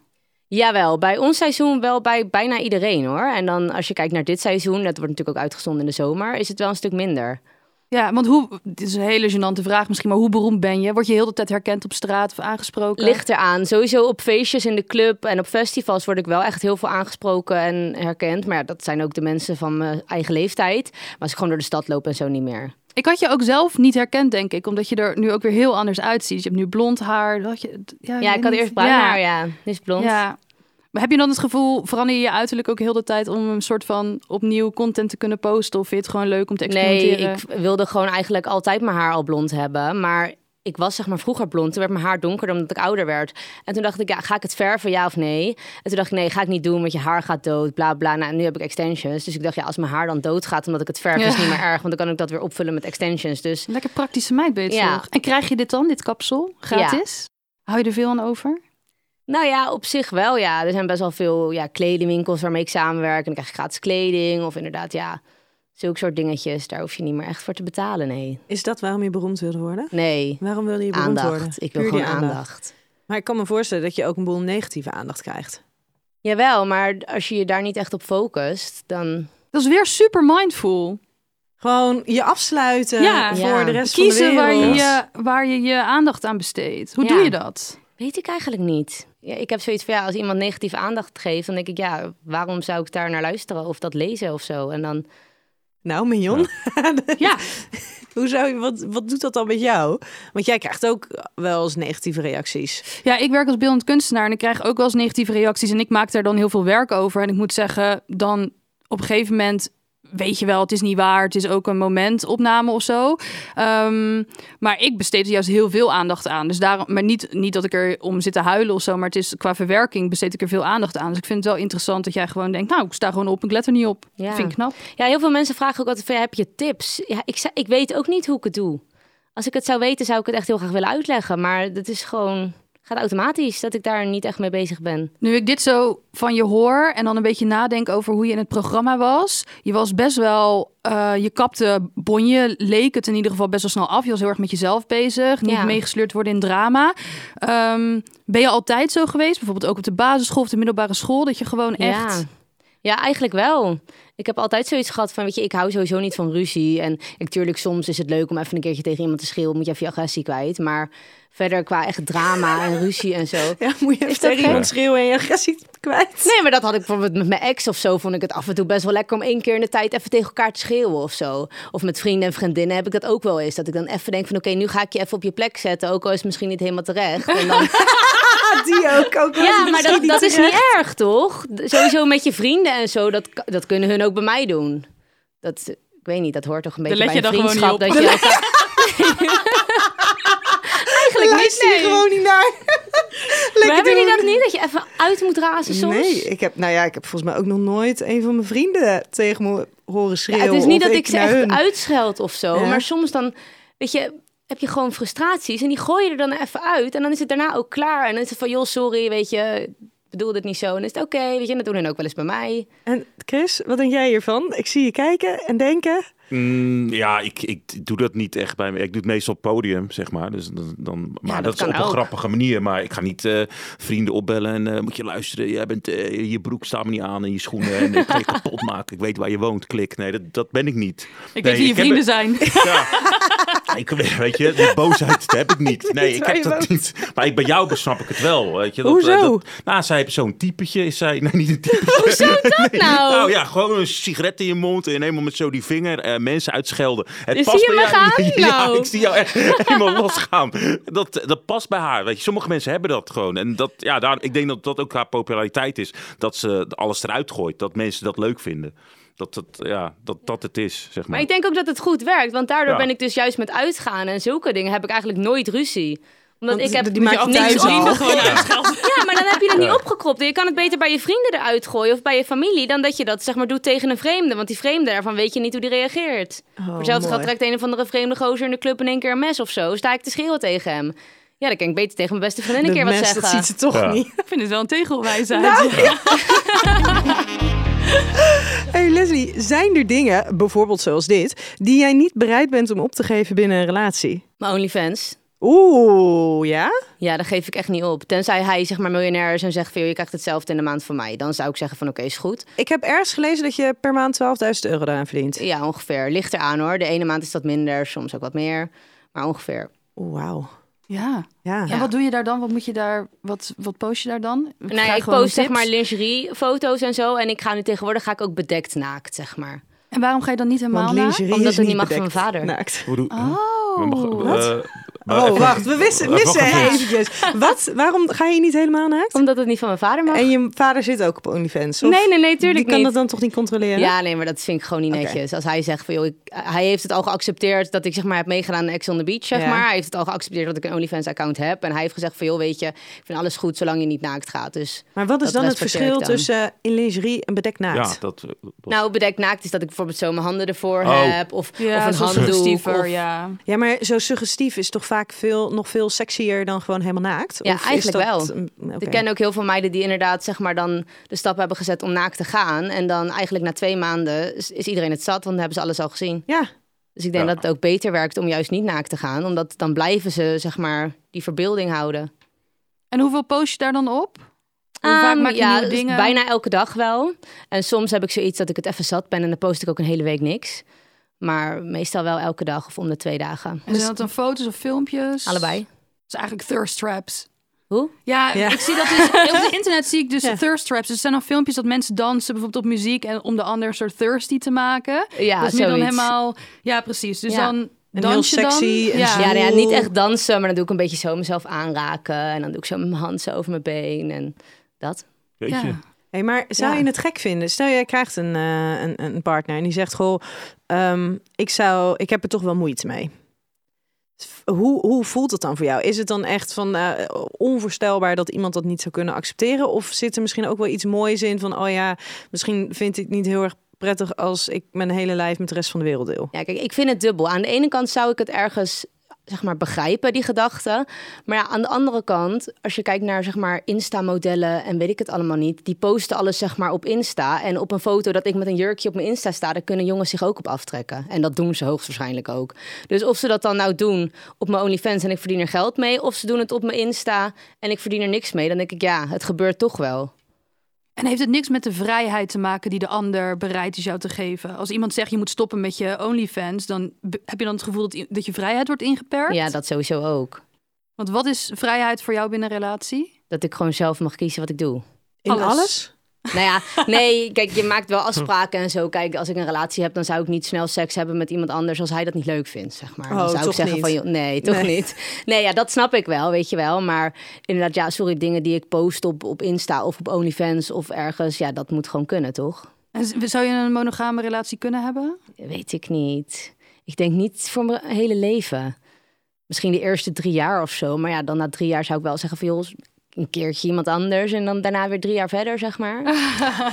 G: Jawel, bij ons seizoen wel bij bijna iedereen hoor. En dan als je kijkt naar dit seizoen, dat wordt natuurlijk ook uitgezonden in de zomer, is het wel een stuk minder.
J: Ja, want hoe. Dit is een hele gênante vraag misschien. Maar hoe beroemd ben je? Word je heel de tijd herkend op straat of aangesproken?
G: Ligt eraan. Sowieso op feestjes in de club en op festivals word ik wel echt heel veel aangesproken en herkend. Maar ja, dat zijn ook de mensen van mijn eigen leeftijd. Maar als ik gewoon door de stad loop en zo niet meer.
J: Ik had je ook zelf niet herkend, denk ik. Omdat je er nu ook weer heel anders uitziet. Je hebt nu blond haar. Had je, ja,
G: Ja,
J: weet
G: ik had
J: niet.
G: eerst bruin
J: Ja.
G: haar, ja. Nu is het blond.
J: Ja. Maar heb je dan het gevoel, verander je je uiterlijk ook heel de tijd om een soort van opnieuw content te kunnen posten? Of vind je het gewoon leuk om te
G: Nee,
J: experimenteren?
G: ik wilde gewoon eigenlijk altijd mijn haar al blond hebben. Maar ik was zeg maar vroeger blond. Toen werd mijn haar donkerder omdat ik ouder werd. En toen dacht ik, ja, ga ik het verven, ja of nee? En toen dacht ik, nee, ga ik niet doen, want je haar gaat dood, bla bla. Nou, en nu heb ik extensions. Dus ik dacht, ja, als mijn haar dan doodgaat omdat ik het verf, is
J: Ja.
G: niet meer erg. Want dan kan ik dat weer opvullen met extensions. Dus
J: Lekker praktische meid ben je toch?
G: Ja.
J: En krijg je dit dan, dit kapsel, gratis? Hou je er veel aan over?
G: nou ja, op zich wel, ja. Er zijn best wel veel ja, kledingwinkels waarmee ik samenwerk. En dan krijg ik gratis kleding of inderdaad, ja... Zulke soort dingetjes, daar hoef je niet meer echt voor te betalen, nee.
I: Is dat waarom je beroemd wilde worden?
G: Nee,
I: Waarom wilde je beroemd worden?
G: aandacht. Ik wil
I: Puur die
G: gewoon aandacht.
I: Maar ik kan me voorstellen dat je ook een boel negatieve aandacht krijgt.
G: Jawel, maar als je je daar niet echt op focust, dan...
J: Dat is weer super mindful.
I: Gewoon je afsluiten
J: Ja.
I: voor
G: Ja.
I: de rest
J: Kiezen
I: van de
J: waar
I: wereld.
J: je, waar je je aandacht aan besteedt. Hoe
G: Ja.
J: doe je dat?
G: Weet ik eigenlijk niet. Ja, ik heb zoiets van, ja, als iemand negatieve aandacht geeft, dan denk ik, ja, waarom zou ik daar naar luisteren of dat lezen of zo? En dan,
I: Nou, Mignon,
J: Ja,
I: hoe zou je, wat, wat doet dat dan met jou? Want jij krijgt ook wel eens negatieve reacties.
J: Ja, ik werk als beeldend kunstenaar en ik krijg ook wel eens negatieve reacties. En ik maak daar dan heel veel werk over. En ik moet zeggen, dan op een gegeven moment weet je wel, het is niet waar. Het is ook een momentopname of zo. Ehm, maar ik besteed er juist heel veel aandacht aan. Dus daarom, maar niet, niet dat ik er om zit te huilen of zo. Maar het is qua verwerking besteed ik er veel aandacht aan. Dus ik vind het wel interessant dat jij gewoon denkt, nou, ik sta gewoon op, ik let er niet op.
G: Ja.
J: Vind ik knap.
G: ja, heel veel mensen vragen ook altijd, van, ja, heb je tips? Ja, ik, zou- ik weet ook niet hoe ik het doe. Als ik het zou weten, zou ik het echt heel graag willen uitleggen, maar dat is gewoon, gaat automatisch dat ik daar niet echt mee bezig ben.
J: Nu ik dit zo van je hoor en dan een beetje nadenk over hoe je in het programma was. Je was best wel, eh, je kapte bonje, leek het in ieder geval best wel snel af. Je was heel erg met jezelf bezig, niet
G: Ja.
J: meegesleurd worden in drama. Ehm, ben je altijd zo geweest? Bijvoorbeeld ook op de basisschool of de middelbare school, dat je gewoon echt...
G: Ja. Ja, eigenlijk wel. Ik heb altijd zoiets gehad van, weet je, ik hou sowieso niet van ruzie. En natuurlijk, soms is het leuk om even een keertje tegen iemand te schreeuwen, moet je even je agressie kwijt. Maar verder qua echt drama en ruzie en zo.
I: Ja, moet je even
G: dat
I: tegen iemand schreeuwen en je agressie kwijt.
G: Nee, maar dat had ik bijvoorbeeld met mijn ex of zo. Vond ik het af en toe best wel lekker om één keer in de tijd even tegen elkaar te schreeuwen of zo. Of met vrienden en vriendinnen heb ik dat ook wel eens. Dat ik dan even denk van oké, nu ga ik je even op je plek zetten. Ook al is het misschien niet helemaal terecht. En dan,
I: Ah, die ook. ook wel
G: ja, maar
I: misschien
G: dat,
I: niet
G: dat is
I: terecht.
G: niet erg, toch? D- Sowieso met je vrienden en zo, dat, k- dat kunnen hun ook bij mij doen. Dat, ik weet niet, dat hoort toch een beetje
J: let
G: bij
J: je
G: een
J: dan gewoon
G: vriendschap.
J: niet
G: Dat je elkaar... Eigenlijk niet,
I: Luister je
G: nee.
I: gewoon niet naar.
G: Maar
I: Lekker
G: hebben jullie
I: doen.
G: dat niet? Dat je even uit moet razen soms?
I: Nee, ik heb, nou ja, ik heb volgens mij ook nog nooit een van mijn vrienden tegen me horen
G: Ja,
I: schreeuwen.
G: het is niet
I: of
G: dat
I: ik
G: ik ze
I: naar
G: echt
I: hun.
G: uitscheld of zo.
I: Ja.
G: Maar soms dan, weet je, heb je gewoon frustraties. En die gooi je er dan even uit. En dan is het daarna ook klaar. En dan is het van, joh, sorry, weet je, ik bedoelde het niet zo. En dan is het oké, weet je. En dat doen hun ook wel eens bij mij.
I: En Chris, wat denk jij hiervan? Ik zie je kijken en denken.
F: Mm, ja, ik, ik doe dat niet echt bij me. Ik doe het meestal op podium, zeg maar. Dus dan, dan, maar
G: dat
F: dat, is
G: kan
F: op een
G: ook.
F: grappige manier. Maar ik ga niet eh, vrienden opbellen en eh, moet je luisteren. Jij bent, eh, je broek staat me niet aan en je schoenen. En ik ga je kapot maken. Ik weet waar je woont. Klik. Nee, dat, dat ben ik niet. Nee,
J: Ik weet wie je
F: heb-
J: vrienden zijn.
F: Ja. Ik, weet je, die boosheid dat heb ik niet. nee, ik
I: waar
F: heb
I: je
F: dat
I: woont.
F: niet. Maar ik, bij jou besnap ik het wel. Weet je, dat,
I: Hoezo?
F: eh, dat- nou, zij heeft zo'n typetje. Is zij, nee, niet een typetje.
G: Hoezo dat nou?
F: Nou ja, gewoon een sigaret in je mond en helemaal met zo die vinger eh, mensen uitschelden. Het
G: Dus zie je
F: bij jou-
G: me gaan?
F: Ja,
G: Nou.
F: ik zie jou echt helemaal losgaan. Dat, dat past bij haar. Weet je, sommige mensen hebben dat gewoon. En dat, ja, daarom, ik denk dat dat ook haar populariteit is. Dat ze alles eruit gooit. Dat mensen dat leuk vinden. Dat, dat, ja, dat, dat het is, zeg maar.
G: Maar ik denk ook dat het goed werkt, want daardoor
F: Ja.
G: ben ik dus juist met uitgaan en zulke dingen heb ik eigenlijk nooit ruzie. Omdat
I: Want
G: ik heb
I: die maak je
G: niks
I: thuis al.
G: op- Ja, maar dan heb je dat niet opgekropt. Je kan het beter bij je vrienden eruit gooien of bij je familie dan dat je dat zeg maar doet tegen een vreemde, want die vreemde daarvan weet je niet hoe die reageert. Voor hetzelfde
I: Oh, mooi.
G: geld trekt een of andere vreemde gozer in de club in één keer een mes of zo. Sta ik te schreeuwen tegen hem. Ja, dan kan ik beter tegen mijn beste vriendin een
I: De
G: keer wat
I: mens,
G: zeggen.
I: dat ziet ze toch
F: Ja.
I: niet. Nou,
J: Ik vind het wel een tegelwijsheid.
I: Hey Leslie, zijn er dingen, bijvoorbeeld zoals dit, die jij niet bereid bent om op te geven binnen een relatie?
G: Maar OnlyFans,
I: Oeh, ja?
G: Ja, dat geef ik echt niet op. Tenzij hij zeg maar miljonair is en zegt van... joh, je krijgt hetzelfde in de maand van mij. Dan zou ik zeggen van oké, is goed.
I: Ik heb ergens gelezen dat je per maand 12.000 euro daaraan verdient.
G: Ja, ongeveer. Ligt eraan hoor. De ene maand is dat minder, soms ook wat meer. Maar ongeveer.
I: Oeh, wauw.
J: Ja.
I: Ja.
G: Nou
J: En wat doe je daar dan? Wat moet je daar? Wat, wat post je daar dan?
G: Nee, Nou ik post zeg maar lingerie foto's en zo. En ik ga nu tegenwoordig ga ik ook bedekt naakt, zeg maar.
J: En waarom ga je dan niet helemaal
I: Want
J: na?
I: lingerie
G: Omdat
I: is
G: het niet mag van
I: bedekt
G: mijn vader.
I: naakt.
F: Hoe doe-
J: Oh.
F: We mogen- eh, maar
I: Oh,
F: even-
I: wacht, we wissen,
F: eh,
I: missen
F: wacht even.
I: eventjes. Wat? Waarom ga je niet helemaal naakt?
G: Omdat het niet van mijn vader mag.
I: En je vader zit ook op OnlyFans, of?
G: Eh, Nee, nee, nee,
I: Die
G: tuurlijk
I: kan
G: niet.
I: dat dan toch niet controleren?
G: Ja, nee, maar dat vind ik gewoon niet netjes. Als hij zegt van, joh, ik- hij heeft het al geaccepteerd dat ik zeg maar heb meegedaan aan Ex on the Beach, zeg
I: Ja.
G: maar. Hij heeft het al geaccepteerd dat ik een OnlyFans-account heb. En hij heeft gezegd van, joh, weet je, ik vind alles goed zolang je niet naakt gaat. Dus
I: Maar wat is
G: dat
I: dan het
G: respecteer ik
I: verschil
G: dan.
I: tussen eh, in lingerie en bedekt naakt?
F: Ja, dat, dat-
G: Nou, bedekt naakt is dat ik bijvoorbeeld zo mijn handen ervoor
F: Oh.
G: heb. Of,
J: Ja,
G: of een
J: zo'n
G: handdoek.
J: suggestiever,
G: Of,
J: ja.
I: Ja, maar zo suggestief is toch vaak veel, nog veel sexier dan gewoon helemaal naakt?
G: Ja,
I: Of is
G: eigenlijk
I: dat-
G: wel.
I: Mm, oké.
G: Ik ken ook heel veel meiden die inderdaad zeg maar dan de stap hebben gezet om naakt te gaan. En dan eigenlijk na twee maanden is, is iedereen het zat, want dan hebben ze alles al gezien.
I: Ja,
G: Dus ik denk
F: Ja.
G: dat het ook beter werkt om juist niet naakt te gaan. Omdat dan blijven ze zeg maar die verbeelding houden.
J: En hoeveel post je daar dan op? Hoe vaak
G: Ehm,
J: maak je
G: ja,
J: nieuwe
G: dus
J: dingen?
G: Bijna elke dag wel. En soms heb ik zoiets dat ik het even zat ben en dan post ik ook een hele week niks. Maar meestal wel elke dag of om de twee dagen. Dus
J: En zijn dat dan foto's of filmpjes?
G: Allebei.
J: Dat is eigenlijk thirst traps.
G: Hoe?
J: Ja,
I: Ja.
J: ik zie dat dus op het internet zie ik dus thirst traps. Dus er zijn dan filmpjes dat mensen dansen bijvoorbeeld op muziek en om de ander een soort thirsty te maken.
G: Ja,
J: dat is nu dan
G: zoiets.
J: helemaal ja, precies. Dus
G: Ja.
J: dan
I: En
J: dans
I: heel
J: je dan-
I: sexy en
J: ja.
I: zo.
G: Ja, nou ja, niet
I: Oeh.
G: echt dansen, maar dan doe ik een beetje zo mezelf aanraken. En dan doe ik zo mijn hand zo over mijn been en dat.
F: jeetje.
J: Ja.
I: Hey, maar zou
J: Ja.
I: je het gek vinden? Stel, jij krijgt een, eh, een, een partner en die zegt: Goh, ehm, ik, zou, ik heb er toch wel moeite mee. Hoe, hoe voelt het dan voor jou? Is het dan echt van eh, onvoorstelbaar dat iemand dat niet zou kunnen accepteren? Of zit er misschien ook wel iets moois in van: Oh ja, misschien vind ik het niet heel erg prettig als ik mijn hele lijf met de rest van de wereld deel?
G: Ja, kijk, ik vind het dubbel. Aan de ene kant zou ik het ergens zeg maar, begrijpen, die gedachte. Maar ja, aan de andere kant, als je kijkt naar zeg maar, Insta-modellen en weet ik het allemaal niet, die posten alles zeg maar, op Insta. En op een foto dat ik met een jurkje op mijn Insta sta, daar kunnen jongens zich ook op aftrekken. En dat doen ze hoogstwaarschijnlijk ook. Dus of ze dat dan nou doen op mijn OnlyFans en ik verdien er geld mee, of ze doen het op mijn Insta en ik verdien er niks mee, dan denk ik, ja, het gebeurt toch wel.
J: En heeft het niks met de vrijheid te maken die de ander bereid is jou te geven? Als iemand zegt je moet stoppen met je OnlyFans, dan be- heb je dan het gevoel dat, i- dat je vrijheid wordt ingeperkt?
G: Ja, dat sowieso ook.
J: Want wat is vrijheid voor jou binnen een relatie?
G: Dat ik gewoon zelf mag kiezen wat ik doe.
I: In alles?
J: Alles.
G: Nou ja, nee, kijk, je maakt wel afspraken en zo. Kijk, als ik een relatie heb, dan zou ik niet snel seks hebben met iemand anders als hij dat niet leuk vindt, zeg maar.
I: Oh,
G: dan zou
I: toch
G: ik zeggen
I: niet.
G: van, joh, nee, toch
I: Nee.
G: niet. Nee, ja, dat snap ik wel, weet je wel. Maar inderdaad, ja, sorry, dingen die ik post op, op Insta of op OnlyFans of ergens, ja, dat moet gewoon kunnen, toch?
J: En z- zou je een monogame relatie kunnen hebben?
G: Weet ik niet. Ik denk niet voor mijn hele leven. Misschien de eerste drie jaar of zo. Maar ja, dan na drie jaar zou ik wel zeggen van, joh, een keertje iemand anders en dan daarna weer drie jaar verder, zeg maar.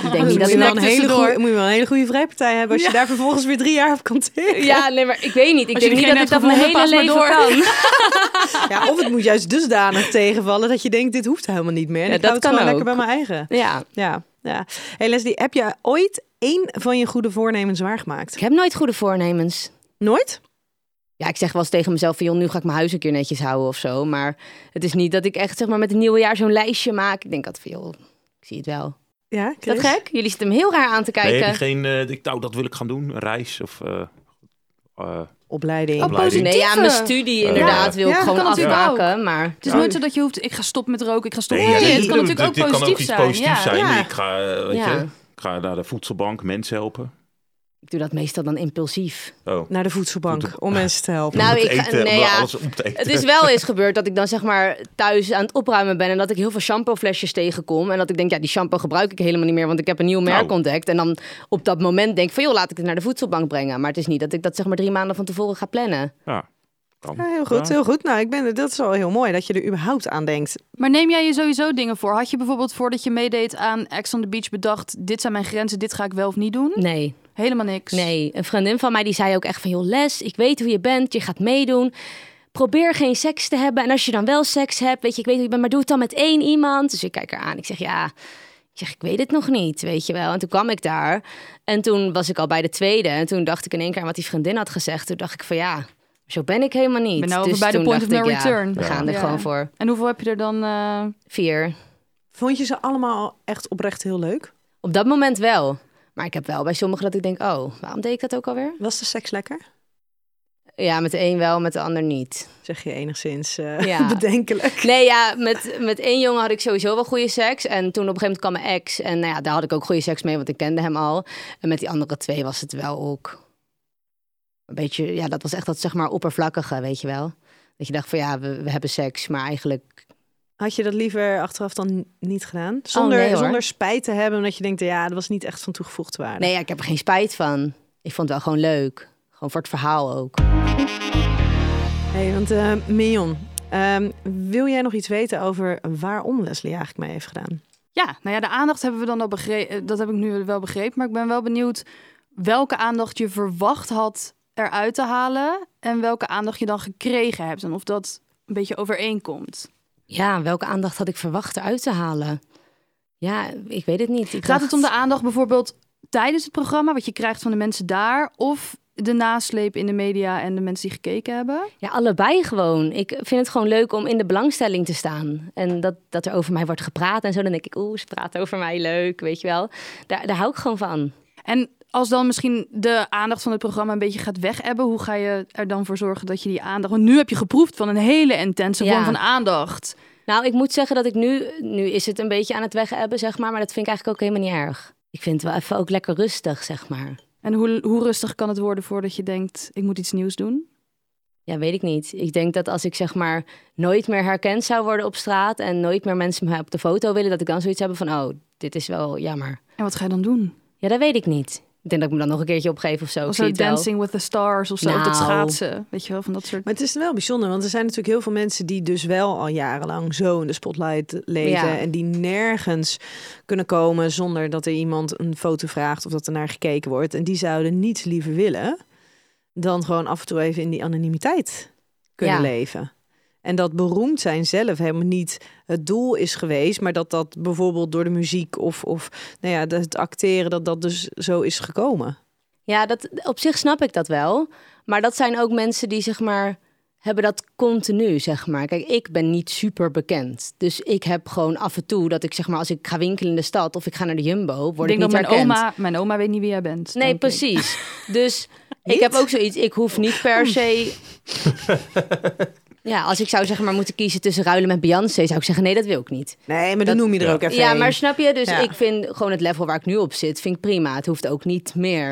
G: ik denk niet dat
I: moet, je
G: ik
I: wel
J: snack
I: een hele
J: tussendoor.
I: goeie- moet je wel een hele goede vrijpartij hebben als je daar vervolgens weer drie jaar op kan tikken.
G: Ja, nee, maar ik weet niet. Ik
J: Als je
G: denk niet
J: diegene
G: dat ik dat
J: hebt
G: mijn hele leven
J: gevonden, pas maar
G: kan.
I: Ja, of het moet juist dusdanig tegenvallen dat je denkt, dit hoeft helemaal niet meer. En
G: Ja,
I: ik hou
G: dat
I: het
G: kan
I: gewoon
G: ook.
I: lekker bij mijn eigen.
G: Ja.
I: Ja, ja. Hey Leslie, heb je ooit één van je goede voornemens waargemaakt?
G: Ik heb nooit goede voornemens.
I: Nooit?
G: Ja, ik zeg wel eens tegen mezelf van, joh, nu ga ik mijn huis een keer netjes houden of zo. Maar het is niet dat ik echt zeg maar met het nieuwe jaar zo'n lijstje maak. Ik denk dat van, joh, ik zie het wel.
I: Ja,
G: Is dat
I: Chris?
G: gek? Jullie zitten hem heel raar aan te
F: Nee,
G: kijken.
F: heb je geen, eh, ik, nou, dat wil ik gaan doen. Een reis of... eh, eh,
I: Opleiding.
F: Oh, positief.
G: Nee, ja, mijn
J: Positieve.
G: studie inderdaad wil ik
I: Ja, dat
G: gewoon
J: kan natuurlijk
G: afmaken. Maar
J: Het is nooit zo dat je hoeft, ik ga stoppen met roken, ik ga stoppen
F: Nee, ja,
J: met
F: dat
J: dit.
F: is
J: Het kan
F: leuk.
J: natuurlijk ook
F: Dit kan ook
J: positief
F: iets
J: zijn.
F: positiefs
J: ja.
F: zijn.
I: Ja.
F: Ik, ga, eh, weet
G: Ja.
F: je, ik ga naar de voedselbank, mensen helpen.
G: ik doe dat meestal dan impulsief.
F: Oh.
I: Naar de voedselbank om mensen te helpen.
G: Nou,
F: Om het
G: ik ga-
F: eten, om
G: nee,
F: daar
G: ja.
F: alles op te eten.
G: Het is wel eens gebeurd dat ik dan zeg maar thuis aan het opruimen ben en dat ik heel veel shampooflesjes tegenkom. En dat ik denk, ja, die shampoo gebruik ik helemaal niet meer, want ik heb een nieuw merk
F: Nou.
G: ontdekt. En dan op dat moment denk ik van, joh, laat ik het naar de voedselbank brengen. Maar het is niet dat ik dat zeg maar drie maanden van tevoren ga plannen.
F: Ja, kan.
I: Ja, heel goed,
F: Ja.
I: heel goed. Nou, ik ben, dat is wel heel mooi dat je er überhaupt aan denkt.
J: Maar neem jij je sowieso dingen voor? Had je bijvoorbeeld voordat je meedeed aan Ex on the Beach bedacht, dit zijn mijn grenzen, dit ga ik wel of niet doen?
G: Nee,
J: Helemaal niks.
G: nee. Een vriendin van mij die zei ook echt van, joh, Les, ik weet hoe je bent, je gaat meedoen. Probeer geen seks te hebben. En als je dan wel seks hebt, weet je, ik weet hoe je bent, maar doe het dan met één iemand. Dus ik kijk haar aan, ik zeg, ja... Ik zeg, ik weet het nog niet, weet je wel. En toen kwam ik daar. En toen was ik al bij de tweede. En toen dacht ik in één keer aan wat die vriendin had gezegd. Toen dacht ik van ja, zo ben ik helemaal niet.
J: Ben nou
G: dus
J: over bij de
G: toen
J: point
G: dacht
J: of no
G: ik, ja,
J: return.
G: we gaan er
J: Ja.
G: gewoon voor.
J: En hoeveel heb je er dan? eh,
G: Vier.
I: Vond je ze allemaal echt oprecht heel leuk?
G: Op dat moment wel. Maar ik heb wel bij sommigen dat ik denk, oh, waarom deed ik dat ook alweer?
I: Was de seks lekker?
G: Ja, met de een wel, met de ander niet.
I: Zeg je enigszins eh,
G: Ja.
I: bedenkelijk.
G: Nee, ja, met, met één jongen had ik sowieso wel goede seks. En toen op een gegeven moment kwam mijn ex. En nou ja, daar had ik ook goede seks mee, want ik kende hem al. En met die andere twee was het wel ook... Een beetje, ja, dat was echt dat zeg maar oppervlakkige, weet je wel. Dat je dacht van ja, we, we hebben seks, maar eigenlijk...
I: Had je dat liever achteraf dan niet gedaan? Zonder,
G: Oh, nee, hoor.
I: zonder spijt te hebben, omdat je denkt, ja, dat was niet echt van toegevoegde waarde.
G: Nee, ja, ik heb er geen spijt van. Ik vond het wel gewoon leuk. Gewoon voor het verhaal ook.
I: Hey, want eh Mignon, ehm, wil jij nog iets weten over waarom Leslie eigenlijk mee heeft gedaan?
J: Ja, nou ja, de aandacht hebben we dan al begrepen. Dat heb ik nu wel begrepen. Maar ik ben wel benieuwd welke aandacht je verwacht had eruit te halen. En welke aandacht je dan gekregen hebt. En of dat een beetje overeenkomt.
G: Ja, welke aandacht had ik verwacht eruit te halen? Ja, ik weet het niet. Ik
J: Gaat
G: dacht-
J: het om de aandacht bijvoorbeeld tijdens het programma, wat je krijgt van de mensen daar? Of de nasleep in de media en de mensen die gekeken hebben?
G: Ja, allebei gewoon. Ik vind het gewoon leuk om in de belangstelling te staan. En dat, dat er over mij wordt gepraat en zo. Dan denk ik, oeh, ze praat over mij, leuk, weet je wel. Daar, daar hou ik gewoon van.
J: En als dan misschien de aandacht van het programma een beetje gaat wegebben, hoe ga je er dan voor zorgen dat je die aandacht. Want nu heb je geproefd van een hele intense
G: Ja.
J: vorm van aandacht.
G: Nou, ik moet zeggen dat ik nu... Nu is het een beetje aan het wegebben, zeg maar. Maar dat vind ik eigenlijk ook helemaal niet erg. Ik vind het wel even ook lekker rustig, zeg maar.
J: En hoe, hoe rustig kan het worden voordat je denkt, ik moet iets nieuws doen?
G: Ja, weet ik niet. Ik denk dat als ik zeg maar nooit meer herkend zou worden op straat... en nooit meer mensen me op de foto willen... dat ik dan zoiets heb van, oh, dit is wel jammer.
J: En wat ga je dan doen?
G: Ja, dat weet ik niet. Ik denk dat ik me dan nog een keertje opgeef of zo. Ik
J: Of
G: zie
J: zo
G: het wel.
J: Dancing with the Stars of zo, of dat
G: Nou.
J: schaatsen. Weet je wel, van dat soort...
I: Maar het is wel bijzonder, want er zijn natuurlijk heel veel mensen die dus wel al jarenlang zo in de spotlight leven
G: Ja.
I: en die nergens kunnen komen zonder dat er iemand een foto vraagt of dat er naar gekeken wordt. En die zouden niets liever willen dan gewoon af en toe even in die anonimiteit kunnen
G: Ja.
I: leven. En dat beroemd zijn zelf helemaal niet het doel is geweest, maar dat dat bijvoorbeeld door de muziek of, of nou ja, dat het acteren, dat dat dus zo is gekomen.
G: Ja, dat, op zich snap ik dat wel. Maar dat zijn ook mensen die zeg maar hebben dat continu, zeg maar. Kijk, ik ben niet super bekend. Dus ik heb gewoon af en toe dat ik zeg maar als ik ga winkelen in de stad of ik ga naar de Jumbo,
J: ik
G: word ik,
J: denk dat
G: niet
J: mijn
G: herkend.
J: oma, mijn oma weet niet wie jij bent. denk
G: Nee,
J: ik.
G: precies. Dus ik heb ook zoiets. Ik hoef niet per se. Ja, als ik zou zeg maar moeten kiezen tussen ruilen met Beyoncé, zou ik zeggen nee, dat wil ik niet.
I: Nee, maar dan noem je er ook even
G: Ja,
I: een.
G: maar snap je? Dus
I: Ja.
G: ik vind gewoon het level waar ik nu op zit, vind ik prima. Het hoeft ook niet meer.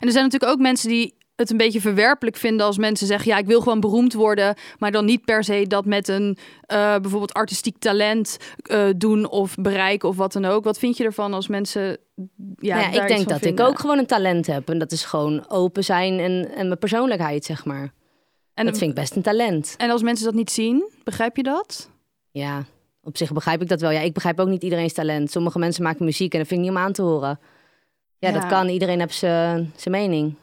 J: En er zijn natuurlijk ook mensen die het een beetje verwerpelijk vinden als mensen zeggen... ja, ik wil gewoon beroemd worden, maar dan niet per se dat met een eh, bijvoorbeeld artistiek talent eh, doen of bereiken of wat dan ook. Wat vind je ervan als mensen ja,
G: Nou Ja,
J: daar
G: ik
J: iets
G: denk
J: van
G: dat
J: vinden?
G: ik ook gewoon een talent heb. En dat is gewoon open zijn en, en mijn persoonlijkheid, zeg maar.
J: En,
G: dat vind ik best een talent.
J: en als mensen dat niet zien, begrijp je dat?
G: Ja, op zich begrijp ik dat wel. Ja, ik begrijp ook niet iedereen's talent. Sommige mensen maken muziek en dat vind ik niet om aan te horen. Ja,
J: Ja.
G: dat kan. Iedereen heeft zijn zijn mening.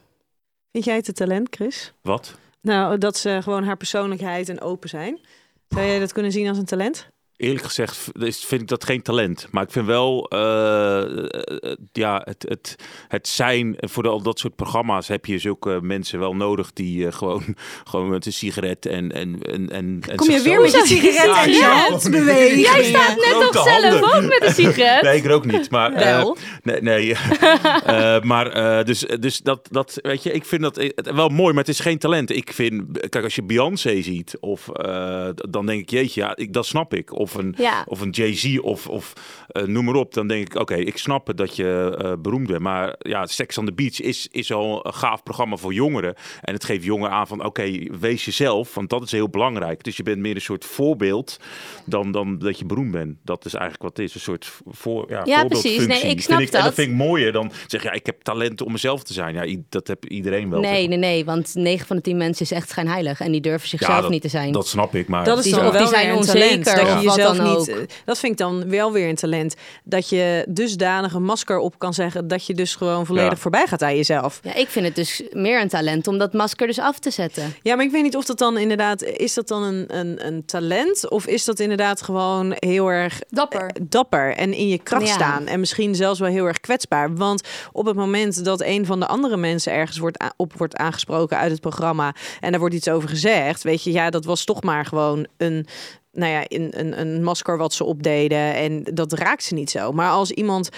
I: Vind jij het een talent, Chris?
F: Wat?
I: Nou, dat ze gewoon haar persoonlijkheid en open zijn. Zou jij dat kunnen zien als een talent?
F: Eerlijk gezegd v- is- vind ik dat geen talent. Maar ik vind wel, eh, eh, ja, het, het, het zijn, voor al dat soort programma's heb je zulke mensen wel nodig die eh, gewoon, gewoon met een sigaret en... en, en, en
I: Kom je weer met je sigaret en je handbeweging?
G: Jij staat net
F: Grote
G: toch zelf
F: handen.
G: ook met een sigaret?
F: Nee, ik rook niet. Maar, eh,
G: Wel.
F: nee, nee. Eh, maar eh, dus, dus dat, dat, weet je, ik vind dat eh, wel mooi, maar het is geen talent. Ik vind, kijk, als je Beyoncé ziet, of, eh, dan denk ik, jeetje, ja, ik, dat snap ik. Of een,
G: Ja.
F: of een Jay-Z, of, of eh, noem maar op. Dan denk ik, oké, ik snap het dat je eh, beroemd bent. Maar ja, Sex on the Beach is, is al een gaaf programma voor jongeren. En het geeft jongeren aan van, oké, wees jezelf, want dat is heel belangrijk. Dus je bent meer een soort voorbeeld dan, dan dat je beroemd bent. Dat is eigenlijk wat het is, een soort voor, ja,
G: Ja,
F: voorbeeldfunctie.
G: precies. Nee, ik
F: Vind
G: snap
F: En dat
G: dat.
F: vind ik mooier dan zeg ja, ik heb talent om mezelf te zijn. Ja, i- dat heb iedereen wel.
G: Nee,
F: zeg maar.
G: nee, nee. Want 9 van de 10 mensen is echt schijnheilig. En die durven
F: Ja,
G: zichzelf
F: dat-
G: niet te zijn.
F: Dat snap ik, maar
I: Dat is
G: Die
I: dan
G: zijn-
I: wel
G: die zijn
I: weer een
G: onzeker
I: talent. Dat
G: of
I: je
G: wat
I: jezelf
G: dan
I: niet. eh,
G: ook.
I: Dat vind ik dan wel weer een talent. Dat je dusdanig een masker op kan zeggen dat je dus gewoon volledig
F: Ja.
I: voorbij gaat aan jezelf.
G: Ja, ik vind het dus meer een talent om dat masker dus af te zetten.
I: Ja, maar ik weet niet of dat dan inderdaad is dat dan een, een, een talent of is dat inderdaad gewoon heel erg
J: Dapper.
I: eh, dapper en in je kracht
G: Ja.
I: staan en misschien zelfs wel heel erg kwetsbaar. Want op het moment dat een van de andere mensen ergens wordt a- op wordt aangesproken uit het programma en daar wordt iets over gezegd, weet je, ja, dat was toch maar gewoon een nou ja, een, een, een masker wat ze opdeden en dat raakt ze niet zo. Maar als iemand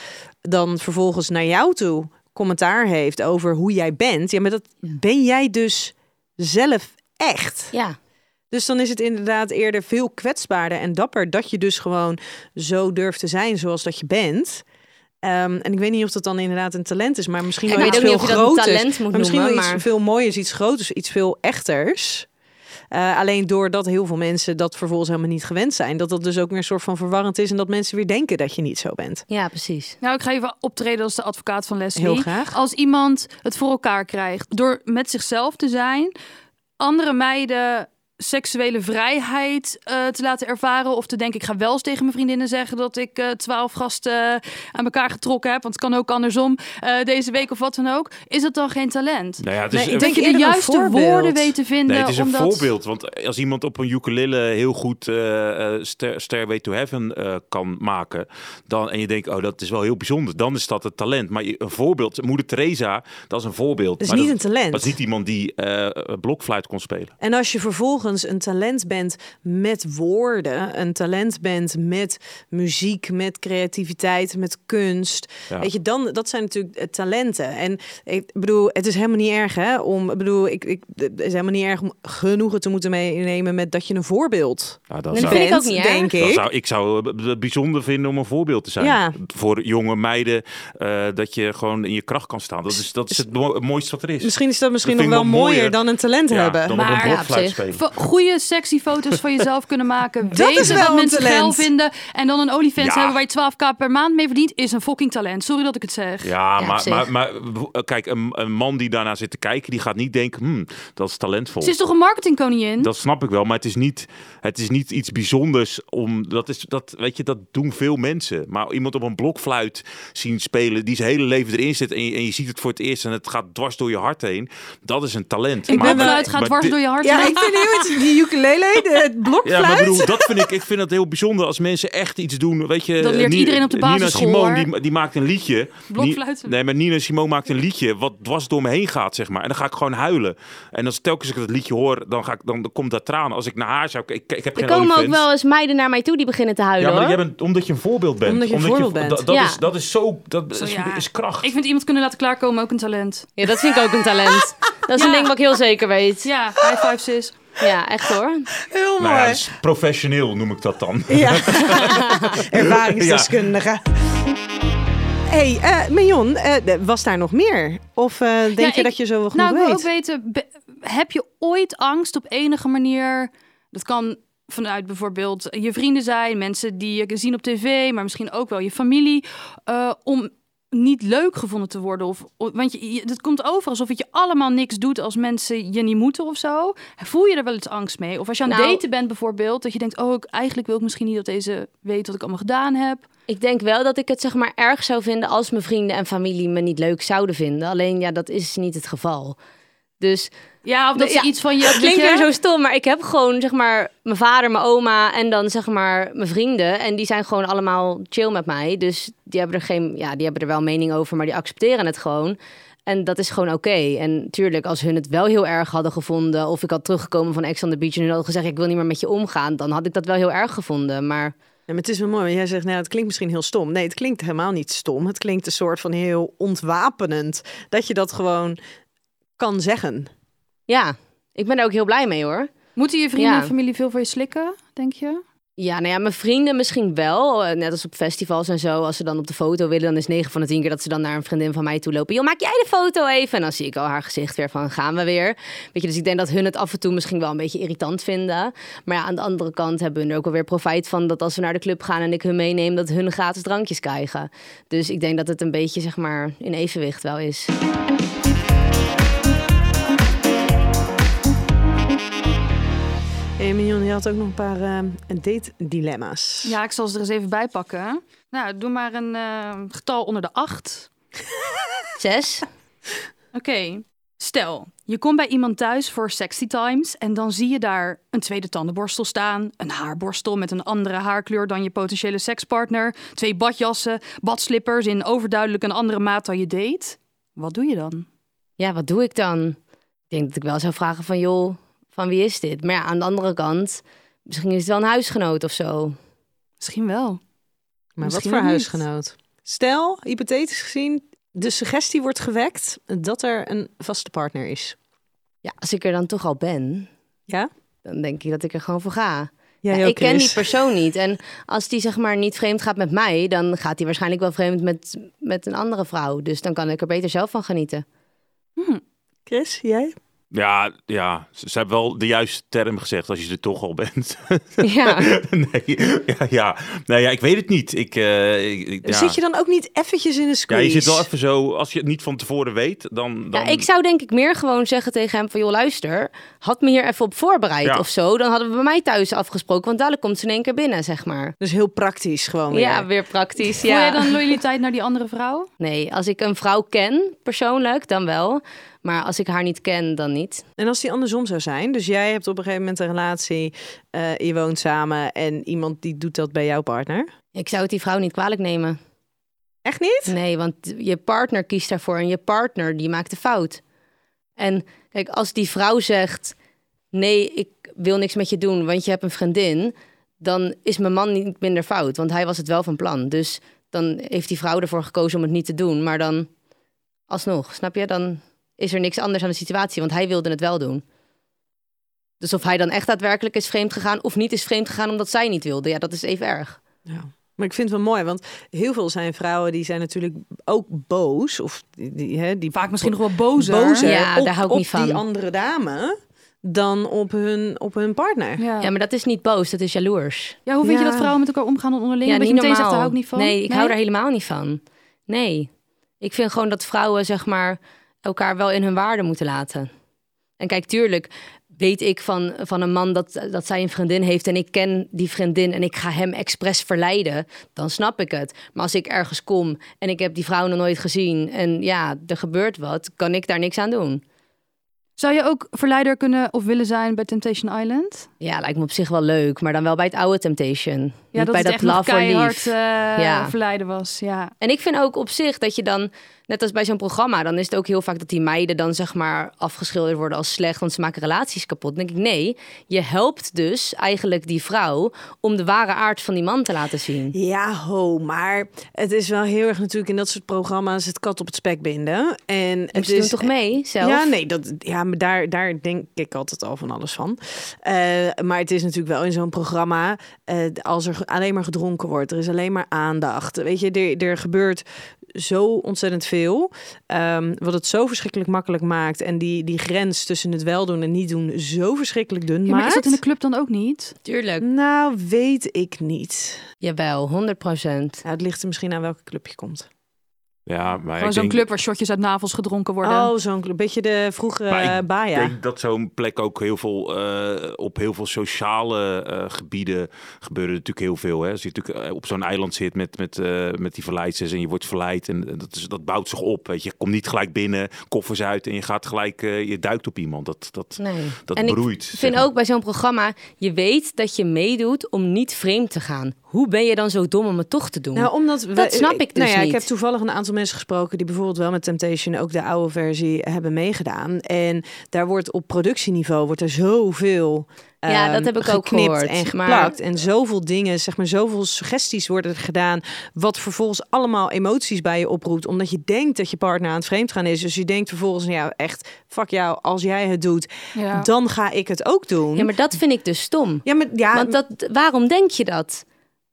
I: dan vervolgens naar jou toe commentaar heeft over hoe jij bent, ja, maar dat ben jij dus zelf echt.
G: Ja.
I: Dus dan is het inderdaad eerder veel kwetsbaarder en dapper dat je dus gewoon zo durft te zijn zoals dat je bent. Ehm, en ik weet niet of dat dan inderdaad een talent is, maar misschien
G: Ik
I: wel
G: weet
I: iets
G: ook niet
I: veel
G: of je dat een
I: groters.
G: talent moet
I: maar misschien
G: noemen,
I: wel iets
G: maar-
I: veel moois, iets groters, iets veel echters. Eh, alleen doordat heel veel mensen dat vervolgens helemaal niet gewend zijn, dat dat dus ook weer een soort van verwarrend is en dat mensen weer denken dat je niet zo bent.
G: Ja, precies.
J: Nou, ik ga even optreden als de advocaat van Leslie.
I: Heel graag.
J: Als iemand het voor elkaar krijgt door met zichzelf te zijn, andere meiden seksuele vrijheid eh, te laten ervaren of te denken ik ga wel eens tegen mijn vriendinnen zeggen dat ik eh, twaalf gasten eh, aan elkaar getrokken heb, want het kan ook andersom eh, deze week of wat dan ook, is dat dan geen talent?
F: Nou ja, het is,
I: Nee, ik
F: een-
J: Dat
I: denk
J: je de
I: eerder een
J: juiste
I: voorbeeld.
J: woorden weet te vinden.
I: Nou,
F: Nee, het is een
J: omdat...
F: voorbeeld. Want als iemand op een ukulele heel goed eh, eh, Star- Stairway to Heaven eh, kan maken. Dan, en je denkt, oh, dat is wel heel bijzonder. Dan is dat het talent. Maar je- een voorbeeld, moeder Teresa, dat is een voorbeeld.
I: Dat is
F: maar
I: niet een talent.
F: Dat is niet iemand die eh blokfluit kon spelen.
I: En als je vervolgens een talent bent met woorden, een talent bent met muziek, met creativiteit, met kunst,
F: Ja.
I: weet je, dan dat zijn natuurlijk eh, talenten. En ik bedoel, het is helemaal niet erg, hè? Om, ik bedoel, ik, ik, het is helemaal niet erg om genoegen te moeten meenemen met dat je een voorbeeld
F: Nou,
G: Nee,
F: dat
G: dat
F: zou,
G: vind ik ook
I: bent,
G: niet erg.
I: denk
F: Dan
I: ik.
F: zou, ik zou eh, het bijzonder vinden om een voorbeeld te zijn.
I: Ja.
F: Voor jonge meiden. eh, dat je gewoon in je kracht kan staan. Dat is, dat is het mo- het mooiste wat er is.
I: Misschien is dat misschien
F: Dat
I: nog
F: vind
I: wel
F: ik wel
I: mooier,
F: mooier.
I: dan een talent
F: ja,
I: hebben.
F: Dan op
J: Maar
F: een
J: ja,
F: blokfluit
G: op zich.
F: spelen.
J: Vo- Goede sexy foto's van jezelf kunnen maken.
I: Dat
J: weten
I: is wel
J: wat
I: een
J: mensen
I: talent.
J: geil vinden. En dan een OnlyFans
F: Ja.
J: hebben waar je 12k per maand mee verdient. Is een fucking talent. Sorry dat ik het zeg.
F: Ja,
G: Ja, op
F: maar,
G: zich.
F: maar, maar w- eh, kijk, een, een man die daarna zit te kijken, die gaat niet denken, hmm, dat is talentvol.
J: Ze is toch een marketingkoningin?
F: Dat snap ik wel, maar het is niet, het is niet iets bijzonders om. Dat, is, dat, weet je, dat doen veel mensen. Maar iemand op een blokfluit zien spelen, die zijn hele leven erin zit en je, en je ziet het voor het eerst en het gaat dwars door je hart heen, dat is een talent.
J: Ik
F: Maar-
J: ben vanuit gaat
F: maar
J: dwars
F: dit-
J: door je hart.
I: Ja,
J: heen.
I: ik vind heel die ukulele, de- het
F: ja,
I: blokfluit.
F: maar ik bedoel, dat vind ik, ik vind dat heel bijzonder als mensen echt iets doen. Weet je,
J: Dat leert
F: Ni-
J: iedereen op de basisschool,
F: Nina Simone
J: hoor.
F: die, die maakt een liedje.
J: Blokfluiten.
F: Ni- Nee, maar Nina Simone maakt een liedje wat dwars door me heen gaat, zeg maar. En dan ga ik gewoon huilen. En als telkens ik dat liedje hoor, dan, ga ik, dan, dan komt daar tranen. Als ik naar haar zou ik, ik, ik heb
G: Er
F: geen
G: komen ook
F: OnlyFans.
G: wel eens meiden naar mij toe die beginnen te huilen
F: Ja, maar
G: hoor.
F: jij bent, omdat je een voorbeeld bent.
I: Omdat je een voorbeeld
F: dat-
I: bent.
F: Dat,
G: Ja.
F: is, dat is zo, dat
J: Zo,
F: is,
J: ja.
F: is kracht.
J: Ik vind iemand kunnen laten klaarkomen ook een talent.
G: Ja, dat vind ik ook een talent. Dat is
J: Ja.
G: een ding wat ik heel zeker weet. Ja,
J: Ja, high five sis.
G: echt hoor.
I: Heel
F: nou ja,
I: mooi.
F: dat is professioneel noem ik dat dan.
I: Ja. Ervaringsdeskundige. hey, eh, Mignon, eh, was daar nog meer? Of eh, denk
J: Ja,
I: je
J: ik-
I: dat je zo wel genoeg
J: Nou, ik wil
I: weet?
J: ook weten, be- heb je ooit angst op enige manier? Dat kan vanuit bijvoorbeeld je vrienden zijn, mensen die je zien op tv, maar misschien ook wel je familie, eh, om niet leuk gevonden te worden. Of, of- want je, je- het komt over alsof het je allemaal niks doet als mensen je niet moeten of zo. Voel je er wel eens angst mee? Of als je aan het
G: Nou-
J: daten bent bijvoorbeeld, dat je denkt, oh, ik, eigenlijk wil ik misschien niet dat deze weet wat ik allemaal gedaan heb.
G: Ik denk wel dat ik het zeg maar erg zou vinden als mijn vrienden en familie me niet leuk zouden vinden. Alleen ja, dat is niet het geval. Dus
J: Ja, of dat
G: Nee,
J: is
G: ja.
J: iets van je...
G: dat klinkt
J: weet je?
G: weer zo stom, maar ik heb gewoon zeg maar mijn vader, mijn oma en dan zeg maar mijn vrienden. En die zijn gewoon allemaal chill met mij. Dus die hebben er geen, ja, die hebben er wel mening over, maar die accepteren het gewoon. En dat is gewoon oké. En tuurlijk, als hun het wel heel erg hadden gevonden, of ik had teruggekomen van Ex on the Beach en hun hadden gezegd: ik wil niet meer met je omgaan, dan had ik dat wel heel erg gevonden. Maar
I: Ja, maar het is wel mooi. want Jij zegt, nou, het klinkt misschien heel stom. Nee, het klinkt helemaal niet stom. Het klinkt een soort van heel ontwapenend. Dat je dat gewoon kan zeggen.
G: ja, ik ben er ook heel blij mee hoor.
J: Moeten je vrienden
G: Ja.
J: en familie veel voor je slikken, denk je?
G: Ja, nou ja, mijn vrienden misschien wel. Eh, Net als op festivals en zo. Als ze dan op de foto willen, dan is 9 van de 10 keer dat ze dan naar een vriendin van mij toe lopen. Joh, maak jij de foto even? En dan zie ik al haar gezicht weer van, gaan we weer? Weet je, dus ik denk dat hun het af en toe misschien wel een beetje irritant vinden. Maar ja, aan de andere kant hebben hun er ook alweer profijt van dat als we naar de club gaan en ik hun meeneem, dat hun gratis drankjes krijgen. Dus ik denk dat het een beetje, zeg maar, in evenwicht wel is.
I: Hey, Mignon, je had ook nog een paar eh, date-dilemma's.
J: Ja, ik zal ze er eens even bij pakken. Nou, doe maar een eh, getal onder de acht.
G: Zes?
J: Oké. Stel, je komt bij iemand thuis voor sexy times en dan zie je daar een tweede tandenborstel staan, een haarborstel met een andere haarkleur dan je potentiële sekspartner, twee badjassen, badslippers in overduidelijk een andere maat dan je date. Wat doe je dan?
G: ja, wat doe ik dan? Ik denk dat ik wel zou vragen van, joh, van wie is dit? Maar ja, aan de andere kant, misschien is het wel een huisgenoot of zo.
J: Misschien wel.
I: maar wat
J: misschien
I: voor
J: ook niet.
I: huisgenoot? Stel, hypothetisch gezien, de suggestie wordt gewekt dat er een vaste partner is.
G: Ja, als ik er dan toch al ben,
I: Ja?
G: dan denk ik dat ik er gewoon voor ga.
I: Jij
G: Ja,
I: ook,
G: ik ken die
I: Chris.
G: persoon niet. En als die zeg maar niet vreemd gaat met mij, dan gaat hij waarschijnlijk wel vreemd met, met een andere vrouw. Dus dan kan ik er beter zelf van genieten.
I: Chris, jij?
F: Ja, ja, ze, ze hebben wel de juiste term gezegd als je er toch al bent.
G: Ja,
F: nee, ja, ja. Nee, ja, ik weet het niet. Ik, eh, ik, ik- ja.
I: Zit je dan ook niet eventjes in de
F: ja,
I: squeeze?
F: je zit wel even zo, als je het niet van tevoren weet, dan... dan...
G: ja, ik zou denk ik meer gewoon zeggen tegen hem van... joh, luister, had me hier even op voorbereid
F: Ja.
G: of zo. Dan hadden we bij mij thuis afgesproken, want dadelijk komt ze in één keer binnen, zeg maar.
I: Dus heel praktisch gewoon weer.
G: Ja, weer praktisch.
J: Voel jij
G: Ja.
J: dan loyaliteit naar die andere vrouw?
G: Nee, als ik een vrouw ken, persoonlijk, dan wel. Maar als ik haar niet ken, dan niet.
I: En als die andersom zou zijn, dus jij hebt op een gegeven moment een relatie, eh, je woont samen en iemand die doet dat bij jouw partner.
G: Ik zou het die vrouw niet kwalijk nemen.
I: Echt niet?
G: Nee, want je partner kiest daarvoor en je partner die maakt de fout. En kijk, als die vrouw zegt: Nee, ik wil niks met je doen, want je hebt een vriendin. Dan is mijn man niet minder fout, want hij was het wel van plan. Dus dan heeft die vrouw ervoor gekozen om het niet te doen. Maar dan, alsnog, snap je? Dan is er niks anders aan de situatie, want hij wilde het wel doen. Dus of hij dan echt daadwerkelijk is vreemd gegaan of niet is vreemd gegaan omdat zij niet wilde, ja, dat is even erg.
I: Ja. Maar ik vind het wel mooi, want heel veel zijn vrouwen die zijn natuurlijk ook boos. Of die, die, hè, die
J: Vaak misschien nog wel bozer.
I: bozer
G: Ja,
I: op,
G: daar hou ik
I: op
G: niet van.
I: die andere dame dan op hun, op hun partner.
J: Ja.
G: Ja, maar dat is niet boos, dat is jaloers.
J: Ja, hoe vind je
I: Ja.
J: dat vrouwen met elkaar omgaan en onderling?
G: Ja,
J: dat je
G: niet
J: meteen zegt,
G: normaal.
J: daar hou ik niet van.
G: Nee, ik hou daar helemaal niet van. Nee. Ik vind gewoon dat vrouwen, zeg maar, elkaar wel in hun waarde moeten laten. En kijk, tuurlijk weet ik van, van een man dat, dat zij een vriendin heeft en ik ken die vriendin en ik ga hem expres verleiden, dan snap ik het. Maar als ik ergens kom en ik heb die vrouw nog nooit gezien en ja, er gebeurt wat, kan ik daar niks aan doen.
J: Zou je ook verleider kunnen of willen zijn bij Temptation Island?
G: Ja, lijkt me op zich wel leuk, maar dan wel bij het oude Temptation.
J: Ja,
G: Niet
J: dat het
G: bij dat
J: echt nog
G: love or
J: keihard
G: leave.
J: eh,
G: Ja.
J: verleiden was. Ja.
G: En ik vind ook op zich dat je dan, net als bij zo'n programma, dan is het ook heel vaak dat die meiden dan zeg maar afgeschilderd worden als slecht, want ze maken relaties kapot. Dan denk ik, nee, je helpt dus eigenlijk die vrouw om de ware aard van die man te laten zien.
I: Ja, ho, maar het is wel heel erg natuurlijk in dat soort programma's het kat op het spek binden. En
G: En
I: het
G: ze doen
I: is
G: toch mee zelf?
I: dus, eh, Ja, nee, dat, ja, maar daar, daar denk ik altijd al van alles van. Eh, maar het is natuurlijk wel in zo'n programma, eh, als er alleen maar gedronken wordt, er is alleen maar aandacht. Weet je, er, er gebeurt zo ontzettend veel, ehm, wat het zo verschrikkelijk makkelijk maakt. En die, die grens tussen het wel doen en niet doen zo verschrikkelijk dun
J: Ja, maar is dat
I: maakt.
J: in de club dan ook niet?
G: Tuurlijk.
I: Nou, weet ik niet.
G: Jawel, 100 procent.
I: Nou, het ligt er misschien aan welke club je komt.
F: Ja, maar
J: Gewoon
F: ik
J: zo'n
F: denk,
J: club waar shotjes uit navels gedronken worden.
I: Oh, zo'n kle- beetje de vroegere
F: maar
I: eh,
F: ik
I: Baja.
F: denk dat zo'n plek ook heel veel eh, op heel veel sociale eh, gebieden gebeurde natuurlijk heel veel. Hè. Als je natuurlijk eh, op zo'n eiland zit met, met, eh, met die verleidsters en je wordt verleid en eh, dat, is, dat bouwt zich op. Weet je. je komt niet gelijk binnen, koffers uit en je gaat gelijk, eh, je duikt op iemand. Dat, dat,
G: Nee.
F: dat
G: en
F: broeit.
G: ik
F: zeg
G: vind
F: maar.
G: ook bij zo'n programma, je weet dat je meedoet om niet vreemd te gaan. Hoe ben je dan zo dom om het toch te doen?
I: Nou, omdat
G: Dat snap ik dus
I: nou ja,
G: niet.
I: Ik heb toevallig een aantal mensen gesproken die bijvoorbeeld wel met Temptation ook de oude versie hebben meegedaan. En daar wordt op productieniveau wordt er zoveel
G: Ja,
I: ehm,
G: dat heb ik ook
I: geknipt
G: gehoord,
I: en
G: maar-
I: geplakt. En zoveel dingen, zeg maar, zoveel suggesties worden er gedaan. Wat vervolgens allemaal emoties bij je oproept. Omdat je denkt dat je partner aan het vreemd gaan is. Dus je denkt vervolgens, nou ja, echt, fuck jou, als jij het doet,
J: Ja.
I: dan ga ik het ook doen.
G: ja, maar dat vind ik dus stom.
I: ja, maar, ja,
G: Want dat, waarom denk je dat?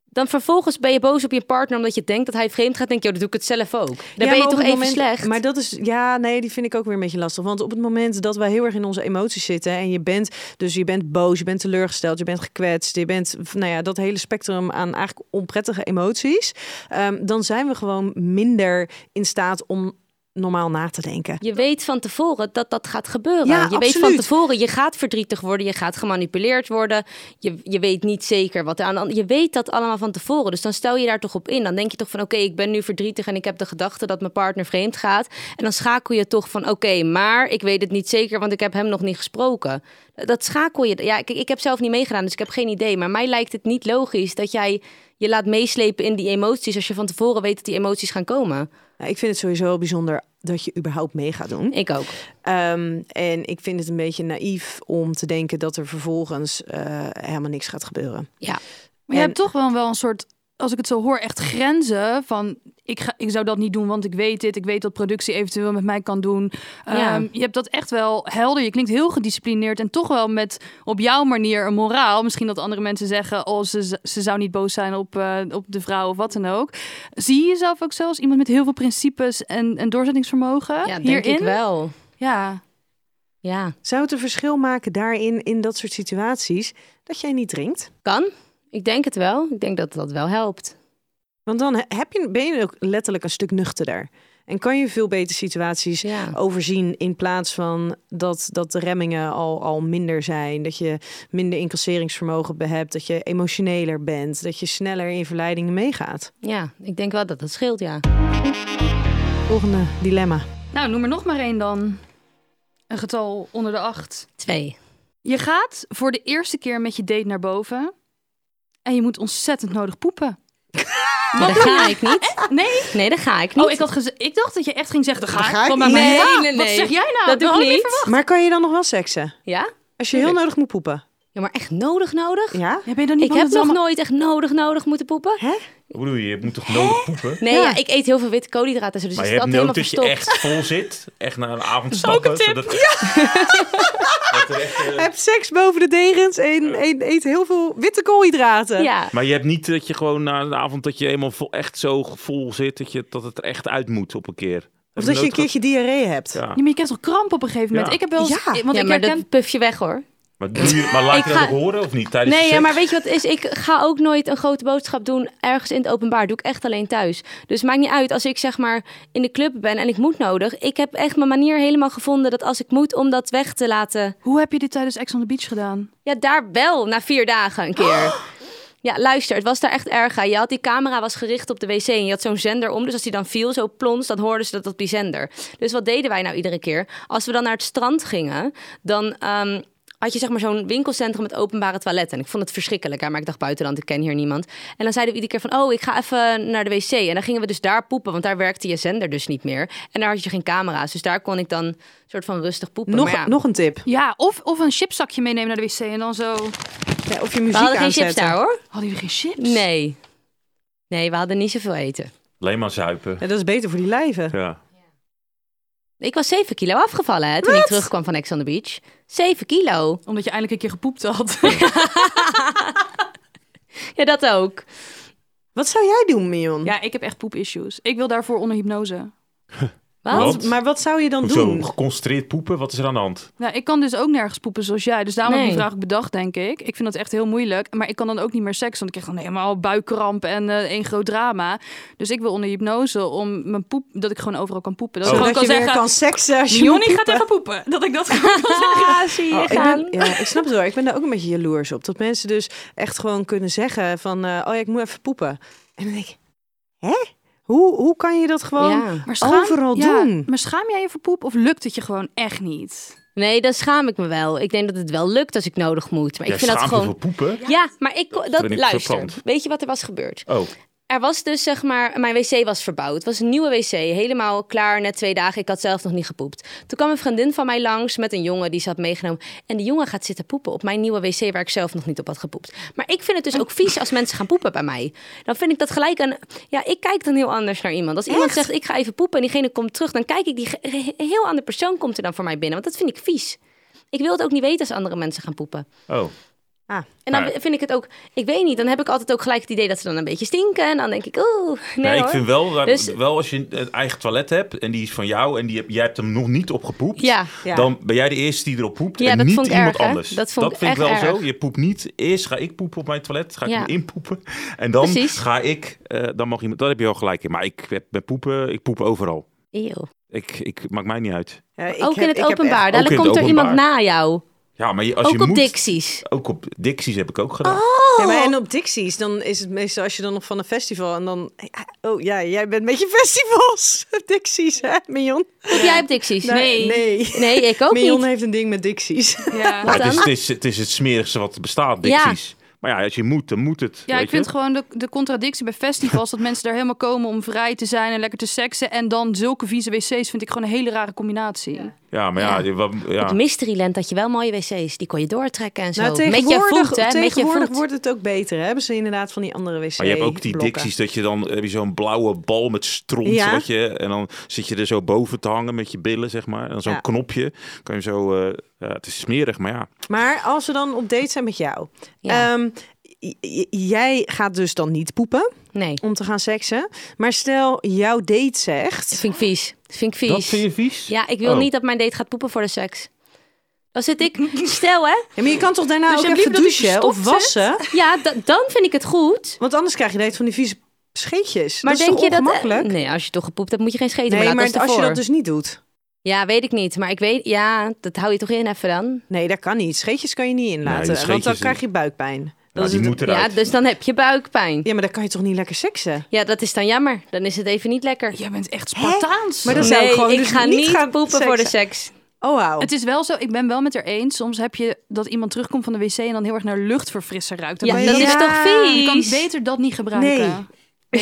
G: Dan vervolgens ben je boos op je partner omdat je denkt dat hij vreemd gaat. Denk je, oh, dan doe ik het zelf ook. Dan ben
I: maar
G: je
I: op
G: toch
I: het
G: even
I: moment-
G: slecht.
I: Maar dat is, ja, nee, die vind ik ook weer een beetje lastig. Want op het moment dat wij heel erg in onze emoties zitten en je bent, dus je bent boos, je bent teleurgesteld, je bent gekwetst, je bent, nou ja, dat hele spectrum aan eigenlijk onprettige emoties, ehm, dan zijn we gewoon minder in staat om normaal na te denken.
G: Je weet van tevoren dat dat gaat gebeuren.
I: Ja,
G: je weet van
I: absoluut.
G: tevoren, je gaat verdrietig worden, je gaat gemanipuleerd worden. Je, je weet niet zeker wat er aan de hand- Je weet dat allemaal van tevoren. Dus dan stel je daar toch op in. Dan denk je toch van oké, ik ben nu verdrietig en ik heb de gedachte dat mijn partner vreemd gaat. En dan schakel je toch van oké, maar ik weet het niet zeker, want ik heb hem nog niet gesproken. Dat schakel je. Ja, ik, ik heb zelf niet meegedaan, dus ik heb geen idee. Maar mij lijkt het niet logisch dat jij je laat meeslepen in die emoties als je van tevoren weet dat die emoties gaan komen.
I: Nou, ik vind het sowieso wel bijzonder dat je überhaupt mee gaat doen.
G: Ik ook.
I: Ehm, en ik vind het een beetje naïef om te denken dat er vervolgens eh, helemaal niks gaat gebeuren.
G: Ja.
J: Maar je
I: En-
J: hebt toch wel, wel een soort, als ik het zo hoor, echt grenzen van... Ik, ga, ik zou dat niet doen, want ik weet dit. Ik weet wat productie eventueel met mij kan doen.
G: Ja.
J: Ehm, je hebt dat echt wel helder. Je klinkt heel gedisciplineerd en toch wel met op jouw manier een moraal. Misschien dat andere mensen zeggen, oh, ze, ze zou niet boos zijn op, eh, op de vrouw of wat dan ook. Zie je jezelf ook zelfs iemand met heel veel principes en, en doorzettingsvermogen
G: Ja, denk
J: hierin?
G: ik wel.
J: Ja,
G: Ja.
I: Zou het een verschil maken daarin, in dat soort situaties, dat jij niet drinkt?
G: Kan. Ik denk het wel. Ik denk dat dat wel helpt.
I: Want dan he- heb je, ben je ook letterlijk een stuk nuchterder. En kan je veel beter situaties
G: Ja.
I: overzien in plaats van dat, dat de remmingen al, al minder zijn. Dat je minder incasseringsvermogen be- hebt. Dat je emotioneler bent. Dat je sneller in verleidingen meegaat.
G: Ja, ik denk wel dat dat scheelt, ja.
I: Volgende dilemma.
J: nou noem er nog maar één dan. Een getal onder de acht.
G: Twee.
J: Je gaat voor de eerste keer met je date naar boven. En je moet ontzettend nodig poepen.
G: Nee, dat ga ik niet.
J: Nee?
G: Nee, dat ga ik niet.
J: Oh, ik, had geze- ik dacht dat je echt ging zeggen, dat ga
I: ga
J: ik.
I: ik
J: Kom
I: niet.
J: maar mee.
G: Nee,
J: Ja,
G: nee,
J: Wat
G: nee.
J: zeg jij nou?
G: Dat doe ik
J: had
G: niet.
J: verwacht.
I: Maar kan je dan nog wel seksen?
G: Ja?
I: Als je heel nodig moet poepen.
G: Ja, maar echt nodig, nodig?
I: Ja?
J: Ja, ben je dan niet bang
G: Ik heb nog
J: dat het allemaal-
G: nooit echt nodig, nodig moeten poepen.
I: Hè?
F: Wat bedoel je, je moet toch nodig poepen?
G: Nee, ja. ik eet heel veel witte koolhydraten. Dus
F: Maar
G: is
F: je hebt
G: dat
F: nood
G: helemaal
F: dat je
G: verstopt.
F: echt vol zit. Echt na een avond stappen.
J: een tip.
F: zodat- Dat er echt, eh,
I: Heb seks boven de degens en, en eet heel veel witte koolhydraten.
G: Ja.
F: Maar je hebt niet dat je gewoon na een avond dat je eenmaal vol, echt zo vol zit dat, je, dat het er echt uit moet op een keer.
I: Of dat je een keertje diarree hebt.
F: Ja.
J: Ja, maar je krijgt toch kramp op een gegeven moment?
F: Ja.
J: Ik heb wel eens-
I: Ja.
J: Want
G: ja,
J: ik
G: maar
J: herken...
G: dat puf je weg, hoor.
F: Maar, doe je- maar laat
G: Ik
F: je dat
G: ga-
F: ook horen of niet tijdens
G: Nee,
F: de
G: ja,
F: seks?
G: maar weet je wat het is? Ik ga ook nooit een grote boodschap doen ergens in het openbaar. Doe ik echt alleen thuis. Dus maakt niet uit als ik zeg maar in de club ben en ik moet nodig. Ik heb echt mijn manier helemaal gevonden dat als ik moet om dat weg te laten.
J: Hoe heb je dit tijdens Ex on the Beach gedaan?
G: Ja, daar wel na vier dagen een
I: Oh.
G: keer. Ja, luister, het was daar echt erg aan. Je had die camera was gericht op de wc en je had zo'n zender om. Dus als die dan viel, zo plons, dan hoorden ze dat op die zender. Dus wat deden wij nou iedere keer? Als we dan naar het strand gingen, dan ehm, had je zeg maar zo'n winkelcentrum met openbare toiletten. En ik vond het verschrikkelijk, hè, maar ik dacht buitenland, ik ken hier niemand. En dan zeiden we iedere keer van, oh, ik ga even naar de wc. En dan gingen we dus daar poepen, want daar werkte je zender dus niet meer. En daar had je geen camera's, dus daar kon ik dan soort van rustig poepen.
I: Nog,
G: Maar ja,
I: nog een tip.
J: Ja, of, of een chipzakje meenemen naar de wc en dan zo...
I: Ja, of je
G: we
I: muziek
G: hadden geen chips
I: aanzetten.
G: daar, hoor.
J: Hadden jullie geen chips?
G: Nee. Nee, we hadden niet zoveel eten.
F: Alleen maar zuipen.
I: Ja, dat is beter voor die lijven.
F: Ja.
G: Ik was 7 kilo afgevallen hè, toen ik terugkwam van Ex on the Beach. 7 kilo.
J: Omdat je eindelijk een keer gepoept had.
G: Ja, dat ook.
I: Wat zou jij doen, Mion?
J: ja, ik heb echt poep-issues. Ik wil daarvoor onder hypnose.
F: Wat?
I: Maar wat zou je dan
F: Hoezo?
I: doen?
F: Geconcentreerd poepen? Wat is er aan de hand?
J: Nou, ik kan dus ook nergens poepen zoals jij. Dus daarom heb ik
G: Nee.
J: die vraag ook bedacht, denk ik. Ik vind dat echt heel moeilijk. Maar ik kan dan ook niet meer seks, want ik krijg dan helemaal buikkramp en eh, één groot drama. Dus ik wil onder hypnose om mijn poep, dat ik gewoon overal kan poepen. Dat ik
F: Oh.
I: Zodat
J: gewoon kan
I: je weer
J: zeggen,
I: kan seksen als je
J: Johnny
I: moet
J: gaat
I: poepen.
J: even poepen. Dat ik dat gewoon kan zeggen.
G: Ah, zie je
I: Oh, ik,
G: gaan.
I: ben, ja, ik snap het wel. Ik ben daar ook een beetje jaloers op. Dat mensen dus echt gewoon kunnen zeggen van... eh, oh ja, ik moet even poepen. En dan denk ik... Hè? Hoe, hoe kan je dat gewoon...
G: Ja.
J: Maar
I: Overal
J: ja,
I: doen.
J: Maar schaam jij je voor poep of lukt het je gewoon echt niet?
G: Nee, dan schaam ik me wel. Ik denk dat het wel lukt als ik nodig moet. Maar
F: Jij
G: ik vind dat
F: schaamt je
G: gewoon...
F: voor poepen?
G: Ja, maar ik, dat,
F: vind ik
G: luister.
F: frappant.
G: Weet je wat er was gebeurd?
F: Oh,
G: Er was dus zeg maar, mijn wc was verbouwd. Het was een nieuwe wc, helemaal klaar, net twee dagen. Ik had zelf nog niet gepoept. Toen kwam een vriendin van mij langs met een jongen die ze had meegenomen. En die jongen gaat zitten poepen op mijn nieuwe wc waar ik zelf nog niet op had gepoept. Maar ik vind het dus ook vies als mensen gaan poepen bij mij. Dan vind ik dat gelijk een... Ja, ik kijk dan heel anders naar iemand. Als iemand zegt, ik ga even poepen en diegene komt terug... dan kijk ik, die ge- een heel andere persoon komt er dan voor mij binnen. Want dat vind ik vies. Ik wil het ook niet weten als andere mensen gaan poepen.
F: oh.
G: En dan
F: Maar-
G: vind ik het ook, ik weet niet, dan heb ik altijd ook gelijk het idee dat ze dan een beetje stinken. En dan denk ik, oeh, nee,
F: Nee, ik
G: hoor.
F: vind wel, dat-
G: Dus-
F: wel als je een eigen toilet hebt en die is van jou en die heb, jij hebt hem nog niet opgepoept,
G: Ja.
I: Ja.
F: dan ben jij de eerste die erop poept
G: Ja,
F: en
G: dat
F: niet
G: vond ik
F: iemand
G: erg, hè?
F: anders.
G: Dat vond ik
F: vind ik wel
G: echt
F: zo.
G: erg.
F: Je poept niet. Eerst ga ik poepen op mijn toilet, ga ik
G: Ja.
F: hem inpoepen en dan
G: Precies.
F: ga ik, eh, dan mag iemand, dat heb je wel gelijk in. Maar ik heb met poepen, ik poep overal.
G: Eeuw.
F: Ik, ik maakt mij niet uit.
I: Ja, ik
G: Ook
I: heb-
G: in het
I: ik heb
G: openbaar.
I: echt-
F: Ook in
G: Dadelijk
F: het
G: komt er
F: openbaar.
G: iemand na jou.
F: Ja, maar je- als
G: ook
F: je
G: op Oh,
F: moet,
G: Dixies.
F: Ook op Dixies heb ik ook gedaan.
I: Ja, maar en op Dixies, dan is het meestal als je dan nog van een festival en dan... Oh ja, jij bent met je festivals. Dixies, hè, Mignon?
G: Heb jij op Dixies?
I: Nee. Nee.
G: Nee, ik ook
I: Mignon
G: niet.
I: heeft een ding met Dixies.
J: Ja.
F: Maar het, is,
G: dan?
F: het, is, het is het smerigste wat bestaat,
G: Ja.
F: Dixies. Maar ja, als je moet, dan moet het.
J: Ja,
F: weet
J: ik vind
F: je?
J: gewoon de, de contradictie bij festivals dat mensen daar helemaal komen om vrij te zijn en lekker te seksen en dan zulke vieze wc's vind ik gewoon een hele rare combinatie.
F: Ja, maar ja,
G: Ja.
F: je- wat- ja.
G: Op Mysteryland had je wel mooie wc's. Die kon je doortrekken en zo.
I: Nou,
G: Met je
I: tegenwoordig,
G: voet, hè? Met je
I: tegenwoordig
G: voet.
I: wordt het ook beter. Hè? Hebben ze inderdaad van die andere wc's.
F: Maar je hebt ook die dicties dat je dan heb je zo'n blauwe bal met stront.
I: Ja.
F: Wat je, en dan zit je er zo boven te hangen met je billen, zeg maar. En dan zo'n
I: Ja.
F: knopje. Kan je zo. eh, ja, het is smerig, maar ja.
I: Maar als we dan op date zijn met jou.
G: Ja.
I: ehm, j- j- jij gaat dus dan niet poepen
G: Nee,
I: om te gaan seksen. Maar stel, jouw date
G: dat
I: zegt...
G: vind ik vies. Dat vind ik vies.
F: Dat vind je vies?
G: Ja, ik wil
F: Oh.
G: niet dat mijn date gaat poepen voor de seks. Dan zit ik... Stel, hè?
I: Ja, maar je kan toch daarna
J: Dus je
I: ook
J: hebt
I: even
J: liever dat hij
I: douchen of
J: gestopt
I: wassen?
G: Ja, da- dan vind ik het goed.
I: Want anders krijg je de hele tijd van die vieze scheetjes.
G: Maar
I: dat is
G: denk
I: toch
G: je dat... eh,
I: ongemakkelijk?
G: Nee, als je toch gepoept hebt, moet je geen scheten
I: Nee,
G: meer laten.
I: maar
G: Dat is
I: als je dat
G: ervoor.
I: dus niet doet.
G: Ja, weet ik niet. Maar ik weet... Ja, dat hou je toch in even dan?
I: Nee, dat kan niet. Scheetjes kan je niet
F: Nee,
I: inlaten.
F: die
I: want dan
F: scheetjes-
I: krijg je buikpijn.
F: Nou,
I: Dat
F: die
I: is het...
F: moet eruit.
G: Ja, dus dan heb je buikpijn.
I: Ja, maar dan kan je toch niet lekker seksen?
G: Ja, dat is dan jammer. Dan is het even niet lekker.
J: Jij bent echt Spartaans.
I: Maar dat- dan zou ik
G: nee,
I: gewoon
G: ik
I: dus
G: ga
I: niet
G: niet
I: gaan
G: poepen voor de
I: seksen.
G: seks.
I: Oh, wauw.
J: Het is wel zo, ik ben wel met haar eens. Soms heb je dat iemand terugkomt van de wc en dan heel erg naar luchtverfrisser ruikt. Dan
G: Ja,
J: ben je
G: dat
J: zo-
G: is toch vies?
J: Je kan beter dat niet gebruiken.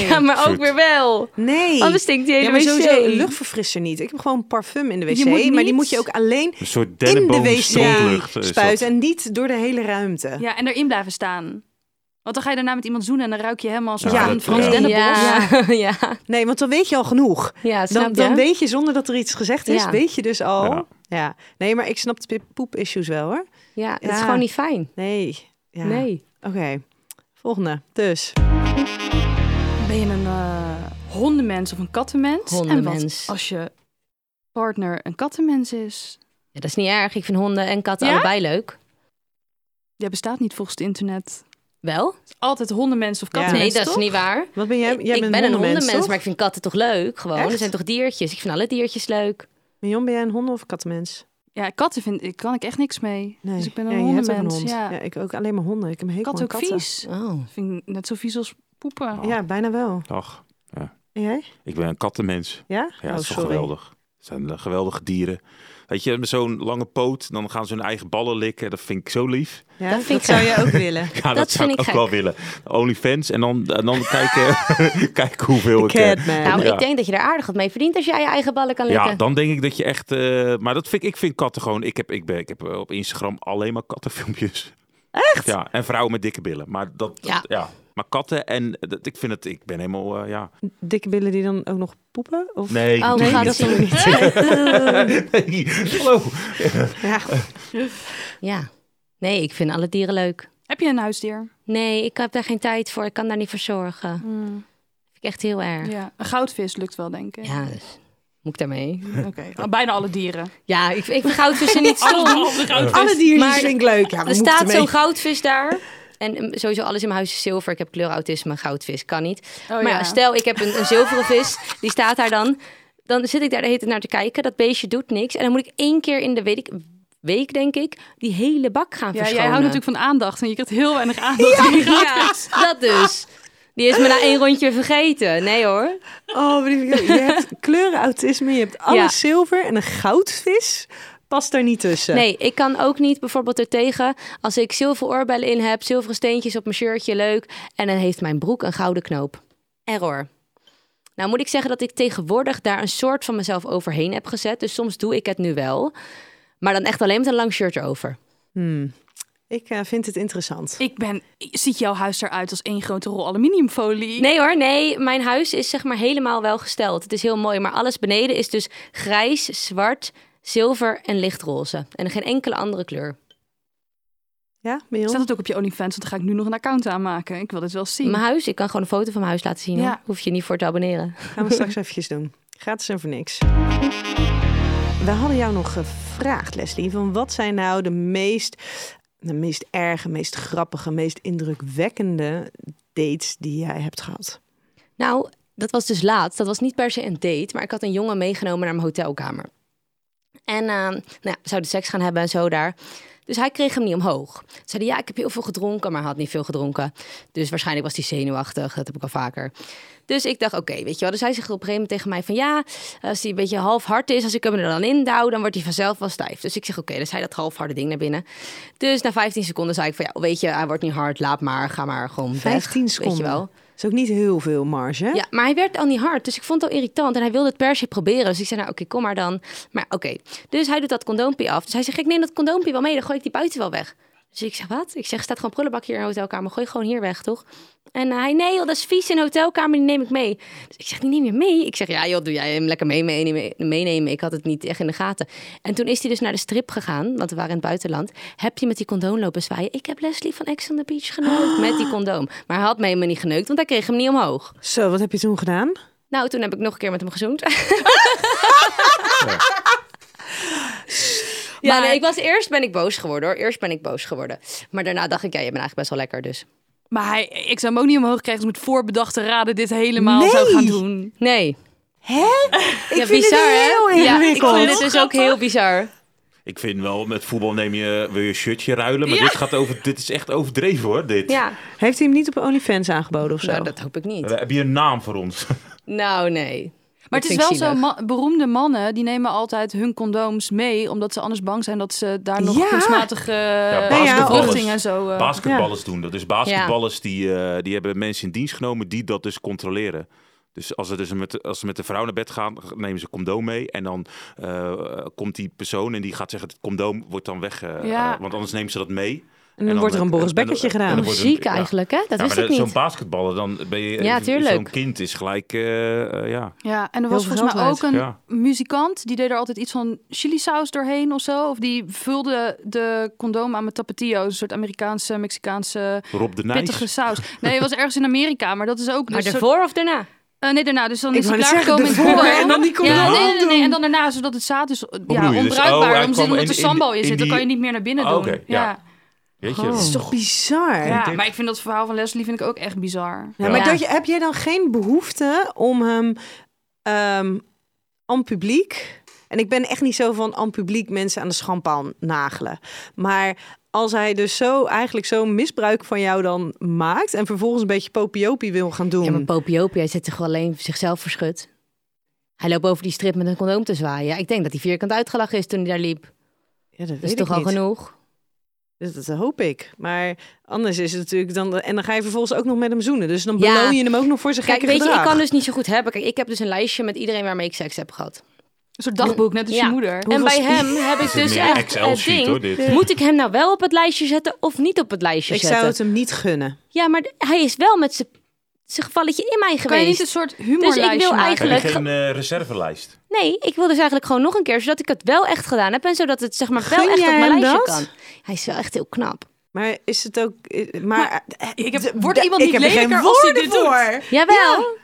G: Ja, maar
F: Goed.
G: ook weer wel.
I: Nee.
G: Anders stinkt die hele
I: ja, maar
G: wc.
I: sowieso een luchtverfrisser niet. Ik heb gewoon een parfum in de wc,
J: Je moet
I: maar die
J: niet-
I: moet je ook alleen
F: Een soort
I: in de
F: dennenboom strontlucht, eh,
I: wc
F: is
I: spuiten
F: dat.
I: en niet door de hele ruimte.
J: Ja, en erin blijven staan. Want dan ga je daarna met iemand zoenen en dan ruik je helemaal zo'n
F: Ja,
J: van
F: dat-
J: Frans
F: ja.
J: Dennenbos.
G: Ja, ja.
I: Nee, want dan weet je al genoeg.
G: ja snap
I: Dan,
G: je?
I: dan weet je zonder dat er iets gezegd is,
G: Ja.
I: weet je dus al.
F: Ja.
I: Ja. Nee, maar ik snap de poep-issues wel hoor.
G: Ja, het
I: Ja.
G: is gewoon niet fijn.
I: Nee. Ja.
G: Nee.
I: Oké. Volgende. Dus.
J: Ben je een eh, hondenmens of een kattenmens? En
G: Hondenmens.
J: wat als je partner een kattenmens is?
G: Ja, dat is niet erg. Ik vind honden en katten
J: Ja?
G: allebei leuk.
J: Jij bestaat niet volgens het internet.
G: Wel?
J: Altijd hondenmens of
I: Ja.
J: kattenmens,
G: nee, dat
J: toch?
G: is niet waar.
I: Wat ben jij?
G: ik
I: jij
G: ik
I: bent
G: ben een
I: hondenmens,
G: hondenmens,
I: toch?
G: maar ik vind katten toch leuk? Gewoon,
I: Echt?
G: er zijn toch diertjes? Ik vind alle diertjes leuk.
I: Mignon, ben jij een honden- of kattenmens?
J: Ja, katten vind ik, kan ik echt niks mee.
I: Nee.
J: Dus ik ben
I: Ja,
J: een
I: je hebt ook
J: hondenmens. Ja.
I: hond. Ja, ik ook alleen maar honden. Ik heb een hekel
J: Kat
I: aan
J: ook
I: katten.
J: vies.
G: Oh.
I: Nou,
J: Vind ik net zo vies als poepen.
I: Ja, bijna wel.
F: Ach,
I: En jij?
F: ik ben een kattenmens.
I: Ja?
F: Ja,
I: oh,
F: dat is toch
I: sorry.
F: geweldig. Het zijn eh, geweldige dieren. Weet je, met zo'n lange poot, dan gaan ze hun eigen ballen likken. Dat vind ik zo lief.
I: Ja,
G: Dat
I: dat
G: vind ik
I: zou
G: gek.
I: jij ook willen.
F: Ja, dat, zou
G: vind
F: ik ook
G: ik
F: wel
G: gek.
F: willen. OnlyFans en dan, en dan kijken, kijken hoeveel ik... eh,
I: Catman.
G: Nou,
F: Ja.
G: ik denk dat je er aardig wat mee verdient als jij je eigen ballen kan likken.
F: Ja, dan denk ik dat je echt. eh, maar dat vind ik, ik vind katten gewoon. Ik heb, ik, ben, ik heb eh, op Instagram alleen maar kattenfilmpjes. Echt? Ja, en vrouwen met dikke billen. Maar dat, dat- ja.
G: Ja.
F: Maar katten en dat, ik vind het, ik ben helemaal, eh, ja.
I: Dikke billen die dan ook nog poepen? Of?
F: Nee,
G: Oh,
F: nee,
G: gaat
F: dat
G: het doen?
F: nee. Hallo.
I: Ja.
G: Ja. Nee, ik vind alle dieren leuk.
J: Heb je een huisdier?
G: Nee, ik heb daar geen tijd voor. Ik kan
I: Hmm.
G: daar niet voor zorgen. Vind ik echt heel erg.
J: Ja. Een goudvis lukt wel, denk ik.
G: Ja, dus- Moet ik daarmee?
J: Oké. Ah, bijna alle dieren.
G: Ja, ik, ik vind goudvissen niet stom.
I: Alle dieren
G: Maar-
I: vind ik leuk. Ja, we
G: er
I: moeten
G: staat
I: ermee.
G: zo'n goudvis daar. En mm, sowieso alles in mijn huis is zilver. Ik heb kleurautisme, goudvis kan niet. maar Oh, ja,
J: Oh, ja.
G: stel ik heb een, een zilveren vis, die staat daar dan. Dan zit ik daar de hele tijd naar te kijken. Dat beestje doet niks. En dan moet ik één keer in de weet ik, week, denk ik, die hele bak gaan
J: Ja, jij
G: verschonen.
J: houdt natuurlijk van aandacht en je krijgt heel weinig aandacht.
G: Ja, dat dus. Die is me na één rondje vergeten. Nee hoor.
I: Oh, maar die vind ik leuk. je hebt kleurenautisme, je hebt alles
G: Ja.
I: zilver en een goudvis past daar niet tussen.
G: Nee, ik kan ook niet bijvoorbeeld er tegen als ik zilveren oorbellen in heb, zilveren steentjes op mijn shirtje, leuk. En dan heeft mijn broek een gouden knoop. Error. Nou moet ik zeggen dat ik tegenwoordig daar een soort van mezelf overheen heb gezet. Dus soms doe ik het nu wel. Maar dan echt alleen met een lang shirt erover.
I: Ik eh, vind het interessant.
J: Ik ben, ziet jouw huis eruit als één grote rol aluminiumfolie?
G: Nee hoor, nee. Mijn huis is zeg maar helemaal wel gesteld. Het is heel mooi, maar alles beneden is dus grijs, zwart, zilver en lichtroze. En geen enkele andere kleur.
I: Ja, Merel?
J: Staat het ook op je OnlyFans? Want dan ga ik nu nog een account aanmaken. Ik wil dit wel zien.
G: Mijn huis, ik kan gewoon een foto van mijn huis laten zien. hoor.
J: Ja.
G: Hoef je niet voor te abonneren.
I: Gaan we straks eventjes doen. Gratis en voor niks. We hadden jou nog gevraagd, Leslie, van wat zijn nou de meest, de meest erge, meest grappige, meest indrukwekkende dates die jij hebt gehad?
G: Nou, dat was dus laat. Dat was niet per se een date, maar ik had een jongen meegenomen naar mijn hotelkamer. En ehm nou ja, we zouden seks gaan hebben en zo daar. Dus hij kreeg hem niet omhoog. Ze zeiden, ja, ik heb heel veel gedronken, maar hij had niet veel gedronken. Dus waarschijnlijk was hij zenuwachtig, dat heb ik al vaker. Dus ik dacht, oké, weet je wel. Dus hij zegt op een gegeven moment tegen mij van, ja, als hij een beetje half hard is, als ik hem er dan in douw, dan wordt hij vanzelf wel stijf. Dus ik zeg, oké, dus hij dat halfharde ding naar binnen. Dus na 15 seconden zei ik van, ja, weet je, hij wordt niet hard, laat maar, ga maar gewoon weg,
I: 15 seconden.
G: Weet je wel.
I: is ook niet heel veel marge. hè?
G: Ja, maar hij werd al niet hard. Dus ik vond het al irritant. En hij wilde het per se proberen. Dus ik zei, nou oké, kom maar dan. Maar oké. Dus hij doet dat condoompje af. Dus hij zegt, ik neem dat condoompje wel mee. Dan gooi ik die buiten wel weg. Dus ik zeg, wat? Ik zeg, staat gewoon prullenbak hier in de hotelkamer. Gooi gewoon hier weg, toch? En eh, hij, nee joh, dat is vies in de hotelkamer. Die neem ik mee. Dus ik zeg, die neem je mee? Ik zeg, ja joh, doe jij hem lekker mee, mee, mee- meenemen. Ik had het niet echt in de gaten. En toen is hij dus naar de strip gegaan. Want we waren in het buitenland. Heb hij met die condoom lopen zwaaien. Ik heb Leslie van Ex on the Beach geneukt met die condoom. Maar hij had mij helemaal niet geneukt, want hij kreeg hem niet omhoog.
I: Zo, wat heb je toen gedaan?
G: Nou, toen heb ik nog een keer met hem gezoend. ja, nee, ik was, eerst ben ik boos geworden hoor. Eerst ben ik boos geworden. Maar daarna dacht ik, ja, je bent eigenlijk best wel lekker dus.
J: Maar hij, ik zou hem ook niet omhoog krijgen als ik met voorbedachte raden dit helemaal
I: Nee.
J: zou gaan doen.
G: Nee.
I: Hè? Ik
G: ja,
I: vind
G: bizar
I: het heel
G: hè?
I: ingewikkeld.
G: Ja, ik vind het dus ook heel bizar.
F: Ik vind wel, met voetbal neem je, wil je shirtje ruilen. Maar dit, gaat over, dit is echt overdreven hoor, dit.
G: Ja,
I: Heeft hij hem niet op OnlyFans aangeboden of zo?
G: nou, dat hoop ik niet.
F: We- Eh, Heb je een naam voor ons?
G: Nou, nee.
J: Maar
G: Dat
J: het
G: vind
J: is
G: ik
J: wel zo,
G: zielig.
J: ma- beroemde mannen die nemen altijd hun condooms mee, omdat ze anders bang zijn dat ze daar nog
I: Ja.
J: kunstmatige eh,
I: basketballers.
J: bevruchting en zo... eh,
F: basketballers doen dat. Dus basketballers die, eh, die hebben mensen in dienst genomen die dat dus controleren. Dus als ze, dus met, als ze met de vrouw naar bed gaan, nemen ze condoom mee. En dan eh, komt die persoon en die gaat zeggen: het condoom wordt dan weg. eh,
J: Ja.
F: eh, want anders nemen ze dat mee. En
I: dan wordt er een
F: het-
I: Boris
F: en dan-
I: Bekkertje
F: en dan
I: gedaan.
F: wordt er een-
G: Ziek
F: ja.
G: eigenlijk hè? Dat
F: Ja,
G: wist
F: maar
G: ik
F: dat-
G: niet.
F: Zo'n basketballer, dan ben je.
G: Ja, tuurlijk.
F: Zo'n kind is gelijk. eh, eh, ja.
J: Ja, en er
I: Heel
J: was
I: veel
J: volgens mij
I: geld
J: ook een
F: Ja.
J: muzikant die deed er altijd iets van chilisaus doorheen of zo. Of die vulde de condoom aan met tapatio, een soort Amerikaanse, Mexicaanse
F: Rob de
J: pittige
F: Nijs.
J: saus. Nee, het was ergens in Amerika, maar dat is ook.
G: Maar
J: dus soort-
G: ervoor of daarna?
J: Eh, nee, daarna. Dus dan
I: Ik
J: is hij
I: wou net
J: klaargekomen in het
I: zeggen,
J: voetbal.
I: ervoor en dan die
J: ja, nee,
I: condoom
J: nee, nee,
I: doen.
J: En dan daarna, zodat het zaad is eh, ja,
F: bedoel je? Dus- oh,
J: onbruikbaar.
F: hij
J: omdat-
F: kwam
J: omdat er
F: in- in-
J: sambal in
F: in
J: zit, dan
F: die-
J: kan je niet meer naar binnen
F: Oh,
J: doen.
F: oké, ja.
J: ja.
F: Weet je?
G: Oh.
I: is toch bizar?
J: Ja,
F: dit-
J: maar ik vind dat verhaal van Leslie vind ik ook echt bizar.
I: Ja, maar
G: Ja.
I: Dat je, heb jij dan geen behoefte om hem ehm aan publiek? En ik ben echt niet zo van aan publiek mensen aan de schandpaal nagelen. Maar als hij dus zo eigenlijk zo'n misbruik van jou dan maakt en vervolgens een beetje popiopie wil gaan doen.
G: Ja, maar Popiopie, hij zit toch alleen zichzelf verschut? Hij loopt over die strip met een condoom te zwaaien. Ik denk dat hij vierkant uitgelachen is toen hij daar liep.
I: Ja, dat
G: Dat is
I: weet
G: toch
I: ik
G: al
I: niet.
G: genoeg?
I: Dus dat hoop ik. Maar anders is het natuurlijk dan en dan ga je vervolgens ook nog met hem zoenen. Dus dan
G: Ja.
I: beloon je hem ook nog voor zijn
G: Kijk,
I: gekke
G: weet je, ik
I: gedrag.
G: kan dus niet zo goed hebben. Kijk, ik heb dus een lijstje met iedereen waarmee ik seks heb gehad.
J: Een soort dagboek, net als
G: Ja.
J: je moeder.
G: en bij
I: Hoeveel spie-
G: hem heb ik
F: is
G: dus
F: meer een
G: echt het
F: Excel-sheet,
G: ding.
F: hoor, dit.
G: Moet ik hem nou wel op het lijstje zetten of niet op het lijstje
I: Ik
G: zetten? Dus
I: zou het hem niet gunnen.
G: Ja, maar d- hij is wel met zijn- zijn gevalletje in mij
J: Kan je niet
G: geweest.
J: een soort
G: Dus
J: humorlijstje
G: ik wil
J: maken?
F: Heb je
G: eigenlijk...
F: geen eh, reservelijst?
G: Nee, ik wil dus eigenlijk gewoon nog een keer, zodat ik het wel echt gedaan heb. En zodat het zeg maar wel
I: Gun
G: echt op
I: jij
G: mijn
I: hem
G: lijstje
I: dat?
G: kan. Hij is wel echt heel knap.
I: Maar is het ook? eh, Maar,
J: ik heb- wordt iemand niet
I: ik heb er geen
J: lelijker als hij Hm.
I: woorden
J: dit doet?
I: voor.
G: Jawel.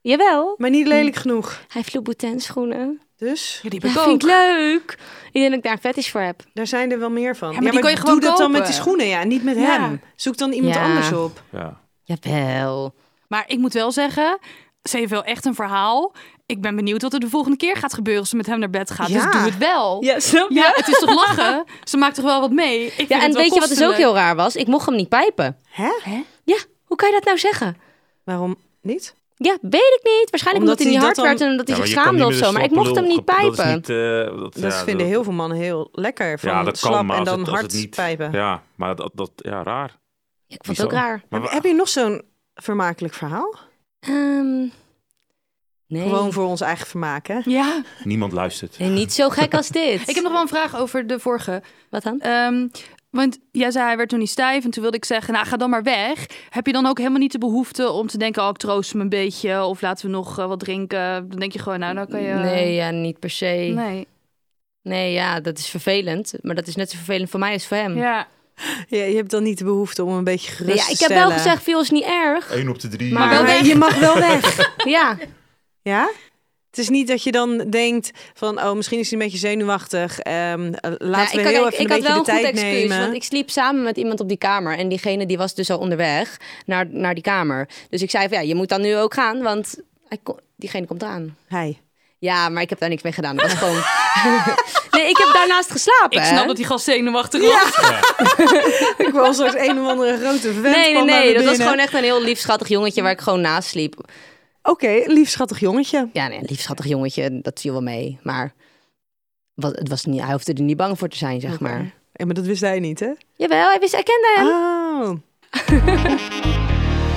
G: Jawel.
I: Maar niet lelijk genoeg.
G: Hij heeft Louboutin schoenen.
I: Dus
J: die heb
G: Dat
J: ik ook.
G: vind ik leuk. Ik denk dat ik daar een fetish voor heb.
I: daar zijn er wel meer van.
J: Ja, maar die kan je
I: doe
J: gewoon
I: dat dan
J: kopen.
I: met die schoenen, ja. Niet met
J: Ja.
I: hem. Zoek dan iemand
G: Ja.
I: anders op.
F: Ja.
G: Jawel.
J: Maar ik moet wel zeggen, ze heeft wel echt een verhaal. Ik ben benieuwd wat er de volgende keer gaat gebeuren als ze met hem naar bed gaat.
I: Ja.
J: Dus doe het wel.
G: Ja, snap je?
J: Ja, het is toch lachen? Ze maakt toch wel wat mee? Ik vind
G: Ja,
J: het
G: en
J: wel
G: weet je wat dus ook
J: kostelijk.
G: heel raar was? Ik mocht hem niet pijpen.
I: Hè?
G: Ja, hoe kan je dat nou zeggen?
I: Waarom niet?
G: Ja, weet ik niet. Waarschijnlijk omdat,
I: Omdat
G: hij niet
I: hij
G: hard
I: dat dan-
G: werd en omdat hij
F: Ja, maar
G: zich
F: je kan
G: schaamde
F: niet met
G: of
F: een
G: zo. Maar ik
F: slappe
G: mocht hem
F: lul
G: niet
F: gep- dat is
G: pijpen.
F: niet, eh, dat
I: Dat
F: ja,
I: vinden heel veel mannen heel lekker. Van
F: Ja, dat
I: slap
F: kan, maar
I: en
F: als
I: dan
F: het, als
I: hard
F: het niet...
I: pijpen.
F: Ja, maar dat, dat ja, raar.
G: Ik vond het ook
F: Bizar.
G: raar.
F: Maar, wa-
I: Heb je nog zo'n vermakelijk verhaal?
G: Ehm, nee.
I: Gewoon voor ons eigen vermaak, hè?
J: Ja,
F: niemand luistert.
G: Nee, niet zo gek als dit.
J: ik heb nog wel een vraag over de vorige.
G: Wat dan?
J: Ehm, want jij zei hij werd toen niet stijf en toen wilde ik zeggen, nou ga dan maar weg. Heb je dan ook helemaal niet de behoefte om te denken, oh ik troost hem een beetje of laten we nog eh, wat drinken? Dan denk je gewoon, nou dan kan
I: eh,
J: je...
G: Nee, ja, niet per se. Nee.
J: Nee.
G: ja, dat is vervelend. Maar dat is net zo vervelend voor mij als voor hem.
J: Ja.
I: Ja, je hebt dan niet de behoefte om een beetje gerust
G: Nee, ja,
I: te
G: ik heb wel
I: stellen.
G: gezegd, veel is niet erg.
F: Eén op de drie.
G: Maar
I: Maar
G: wel weg.
I: je mag wel weg.
G: Ja,
I: ja? Het is niet dat je dan denkt van, oh, misschien is hij een beetje zenuwachtig. Ehm, eh,
G: Ja, ik,
I: laten we
G: had,
I: heel
G: ik,
I: even
G: ik
I: een
G: had wel
I: beetje
G: een
I: de
G: goed
I: tijd
G: excuus,
I: nemen.
G: want ik sliep samen met iemand op die kamer. En diegene die was dus al onderweg naar, naar die kamer. Dus ik zei van, ja, je moet dan nu ook gaan, want hij ko- diegene komt eraan.
I: Hij.
G: Ja, maar ik heb daar niks mee gedaan. Dat was gewoon... nee, ik heb daarnaast
J: Ik
G: geslapen, hè?
J: snap dat die gast zenuwachtig was.
I: Ik wil straks een of andere grote vent
G: Nee, nee,
I: kwam bij
G: nee.
I: me
G: Dat was
I: binnen.
G: gewoon echt een heel lief, schattig jongetje waar ik gewoon naast sliep.
I: Oké, lief schattig jongetje.
G: Ja, nee, een lief, schattig jongetje, dat viel wel mee. Maar wat, het was niet, hij hoefde er niet bang voor te zijn, zeg maar.
I: Ja, maar dat wist hij niet, hè?
G: Jawel, hij, wist, hij kende hem.
I: Oh.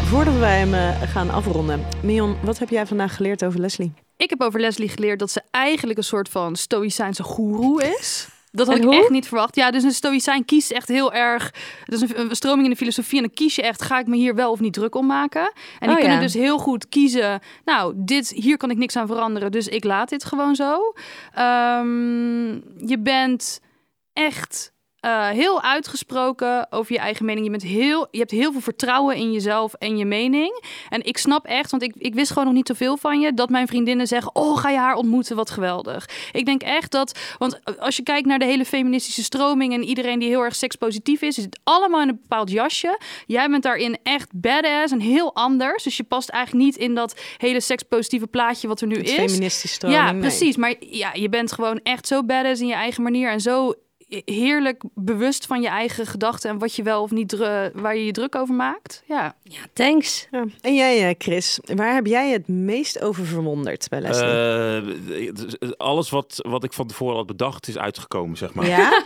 I: Voordat wij hem eh, gaan afronden. Mion, wat heb jij vandaag geleerd over Leslie?
J: Ik heb over Leslie geleerd dat ze eigenlijk een soort van stoïcijnse goeroe is. Dat had
G: En
J: ik
G: hoe?
J: echt niet verwacht. Ja, dus een stoïcijn kiest echt heel erg. Dat is een, een stroming in de filosofie. En dan kies je echt, ga ik me hier wel of niet druk om maken? En die
G: Oh,
J: kunnen
G: ja.
J: dus heel goed kiezen. Nou, dit, hier kan ik niks aan veranderen. Dus ik laat dit gewoon zo. Ehm, je bent echt eh, heel uitgesproken over je eigen mening. Je, bent heel, je hebt heel veel vertrouwen in jezelf en je mening. En ik snap echt, want ik, ik wist gewoon nog niet zoveel van je, dat mijn vriendinnen zeggen: Oh, ga je haar ontmoeten? Wat geweldig. Ik denk echt dat, want eh, als je kijkt naar de hele feministische stroming en iedereen die heel erg sekspositief is, is het allemaal in een bepaald jasje. Jij bent daarin echt badass en heel anders. Dus je past eigenlijk niet in dat hele sekspositieve plaatje wat er nu
I: Het
J: is.
I: feministische stroming.
J: Ja,
I: nee.
J: precies. Maar ja, je bent gewoon echt zo badass in je eigen manier en zo heerlijk bewust van je eigen gedachten en wat je wel of niet dru- waar je je druk over maakt. Ja. dus
G: Ja, thanks.
I: Ja. En jij, eh, Chris, waar heb jij het meest over verwonderd bij Leslie?
F: Eh, d- d- alles wat, wat ik van tevoren had bedacht is uitgekomen, zeg maar.
I: Ja?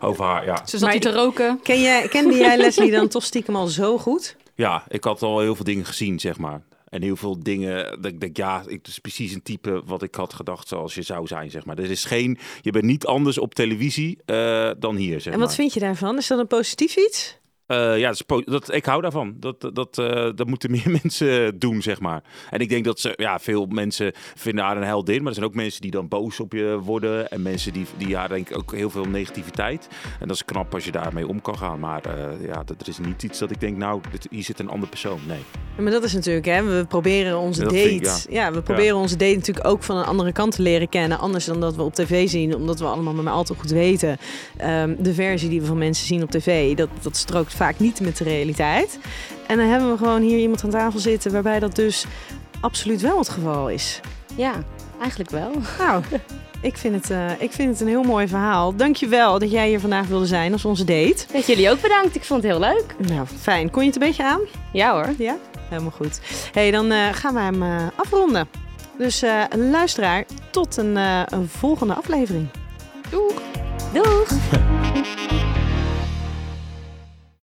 F: Over haar, ja.
J: Ze zat hier te roken.
I: Ken jij, kende jij Leslie dan toch stiekem al zo goed?
F: Ja, ik had al heel veel dingen gezien, zeg maar. En heel veel dingen, dat ik denk, ja, ik, het is precies een type wat ik had gedacht zoals je zou zijn, zeg maar. Er is geen, je bent niet anders op televisie eh, dan hier, zeg
I: En
F: maar.
I: wat vind je daarvan? Is dat een positief iets?
F: Eh, ja, dat is po- dat, ik hou daarvan. Dat, dat, dat, eh, dat moeten meer mensen doen, zeg maar. En ik denk dat ze, ja, veel mensen vinden haar een heldin. Maar er zijn ook mensen die dan boos op je worden. En mensen die, die haar denk ik ook heel veel negativiteit. En dat is knap als je daarmee om kan gaan. Maar eh, ja, dat, er is niet iets dat ik denk, nou, dit- hier zit een ander persoon. Nee.
I: Ja, maar dat is natuurlijk, hè, we proberen onze
F: Dat
I: date.
F: vind ik,
I: ja. we proberen onze date natuurlijk ook van een andere kant te leren kennen. Anders dan dat we op tv zien, omdat we allemaal maar altijd goed weten. ehm, de versie die we van mensen zien op tv, dat, dat strookt vaak niet met de realiteit. En dan hebben we gewoon hier iemand aan tafel zitten waarbij dat dus absoluut wel het geval is.
G: Ja, eigenlijk wel.
I: Nou, ik vind het, eh, ik vind het een heel mooi verhaal. Dankjewel dat jij hier vandaag wilde zijn als onze date.
G: Dat jullie ook bedankt. Ik vond het heel leuk.
I: Nou, fijn. Kon je het een beetje aan?
G: Ja hoor.
I: Ja, helemaal goed. hey, dan eh, gaan we hem eh, afronden. Dus eh, luisteraar, tot een, eh, een volgende aflevering.
G: Doeg.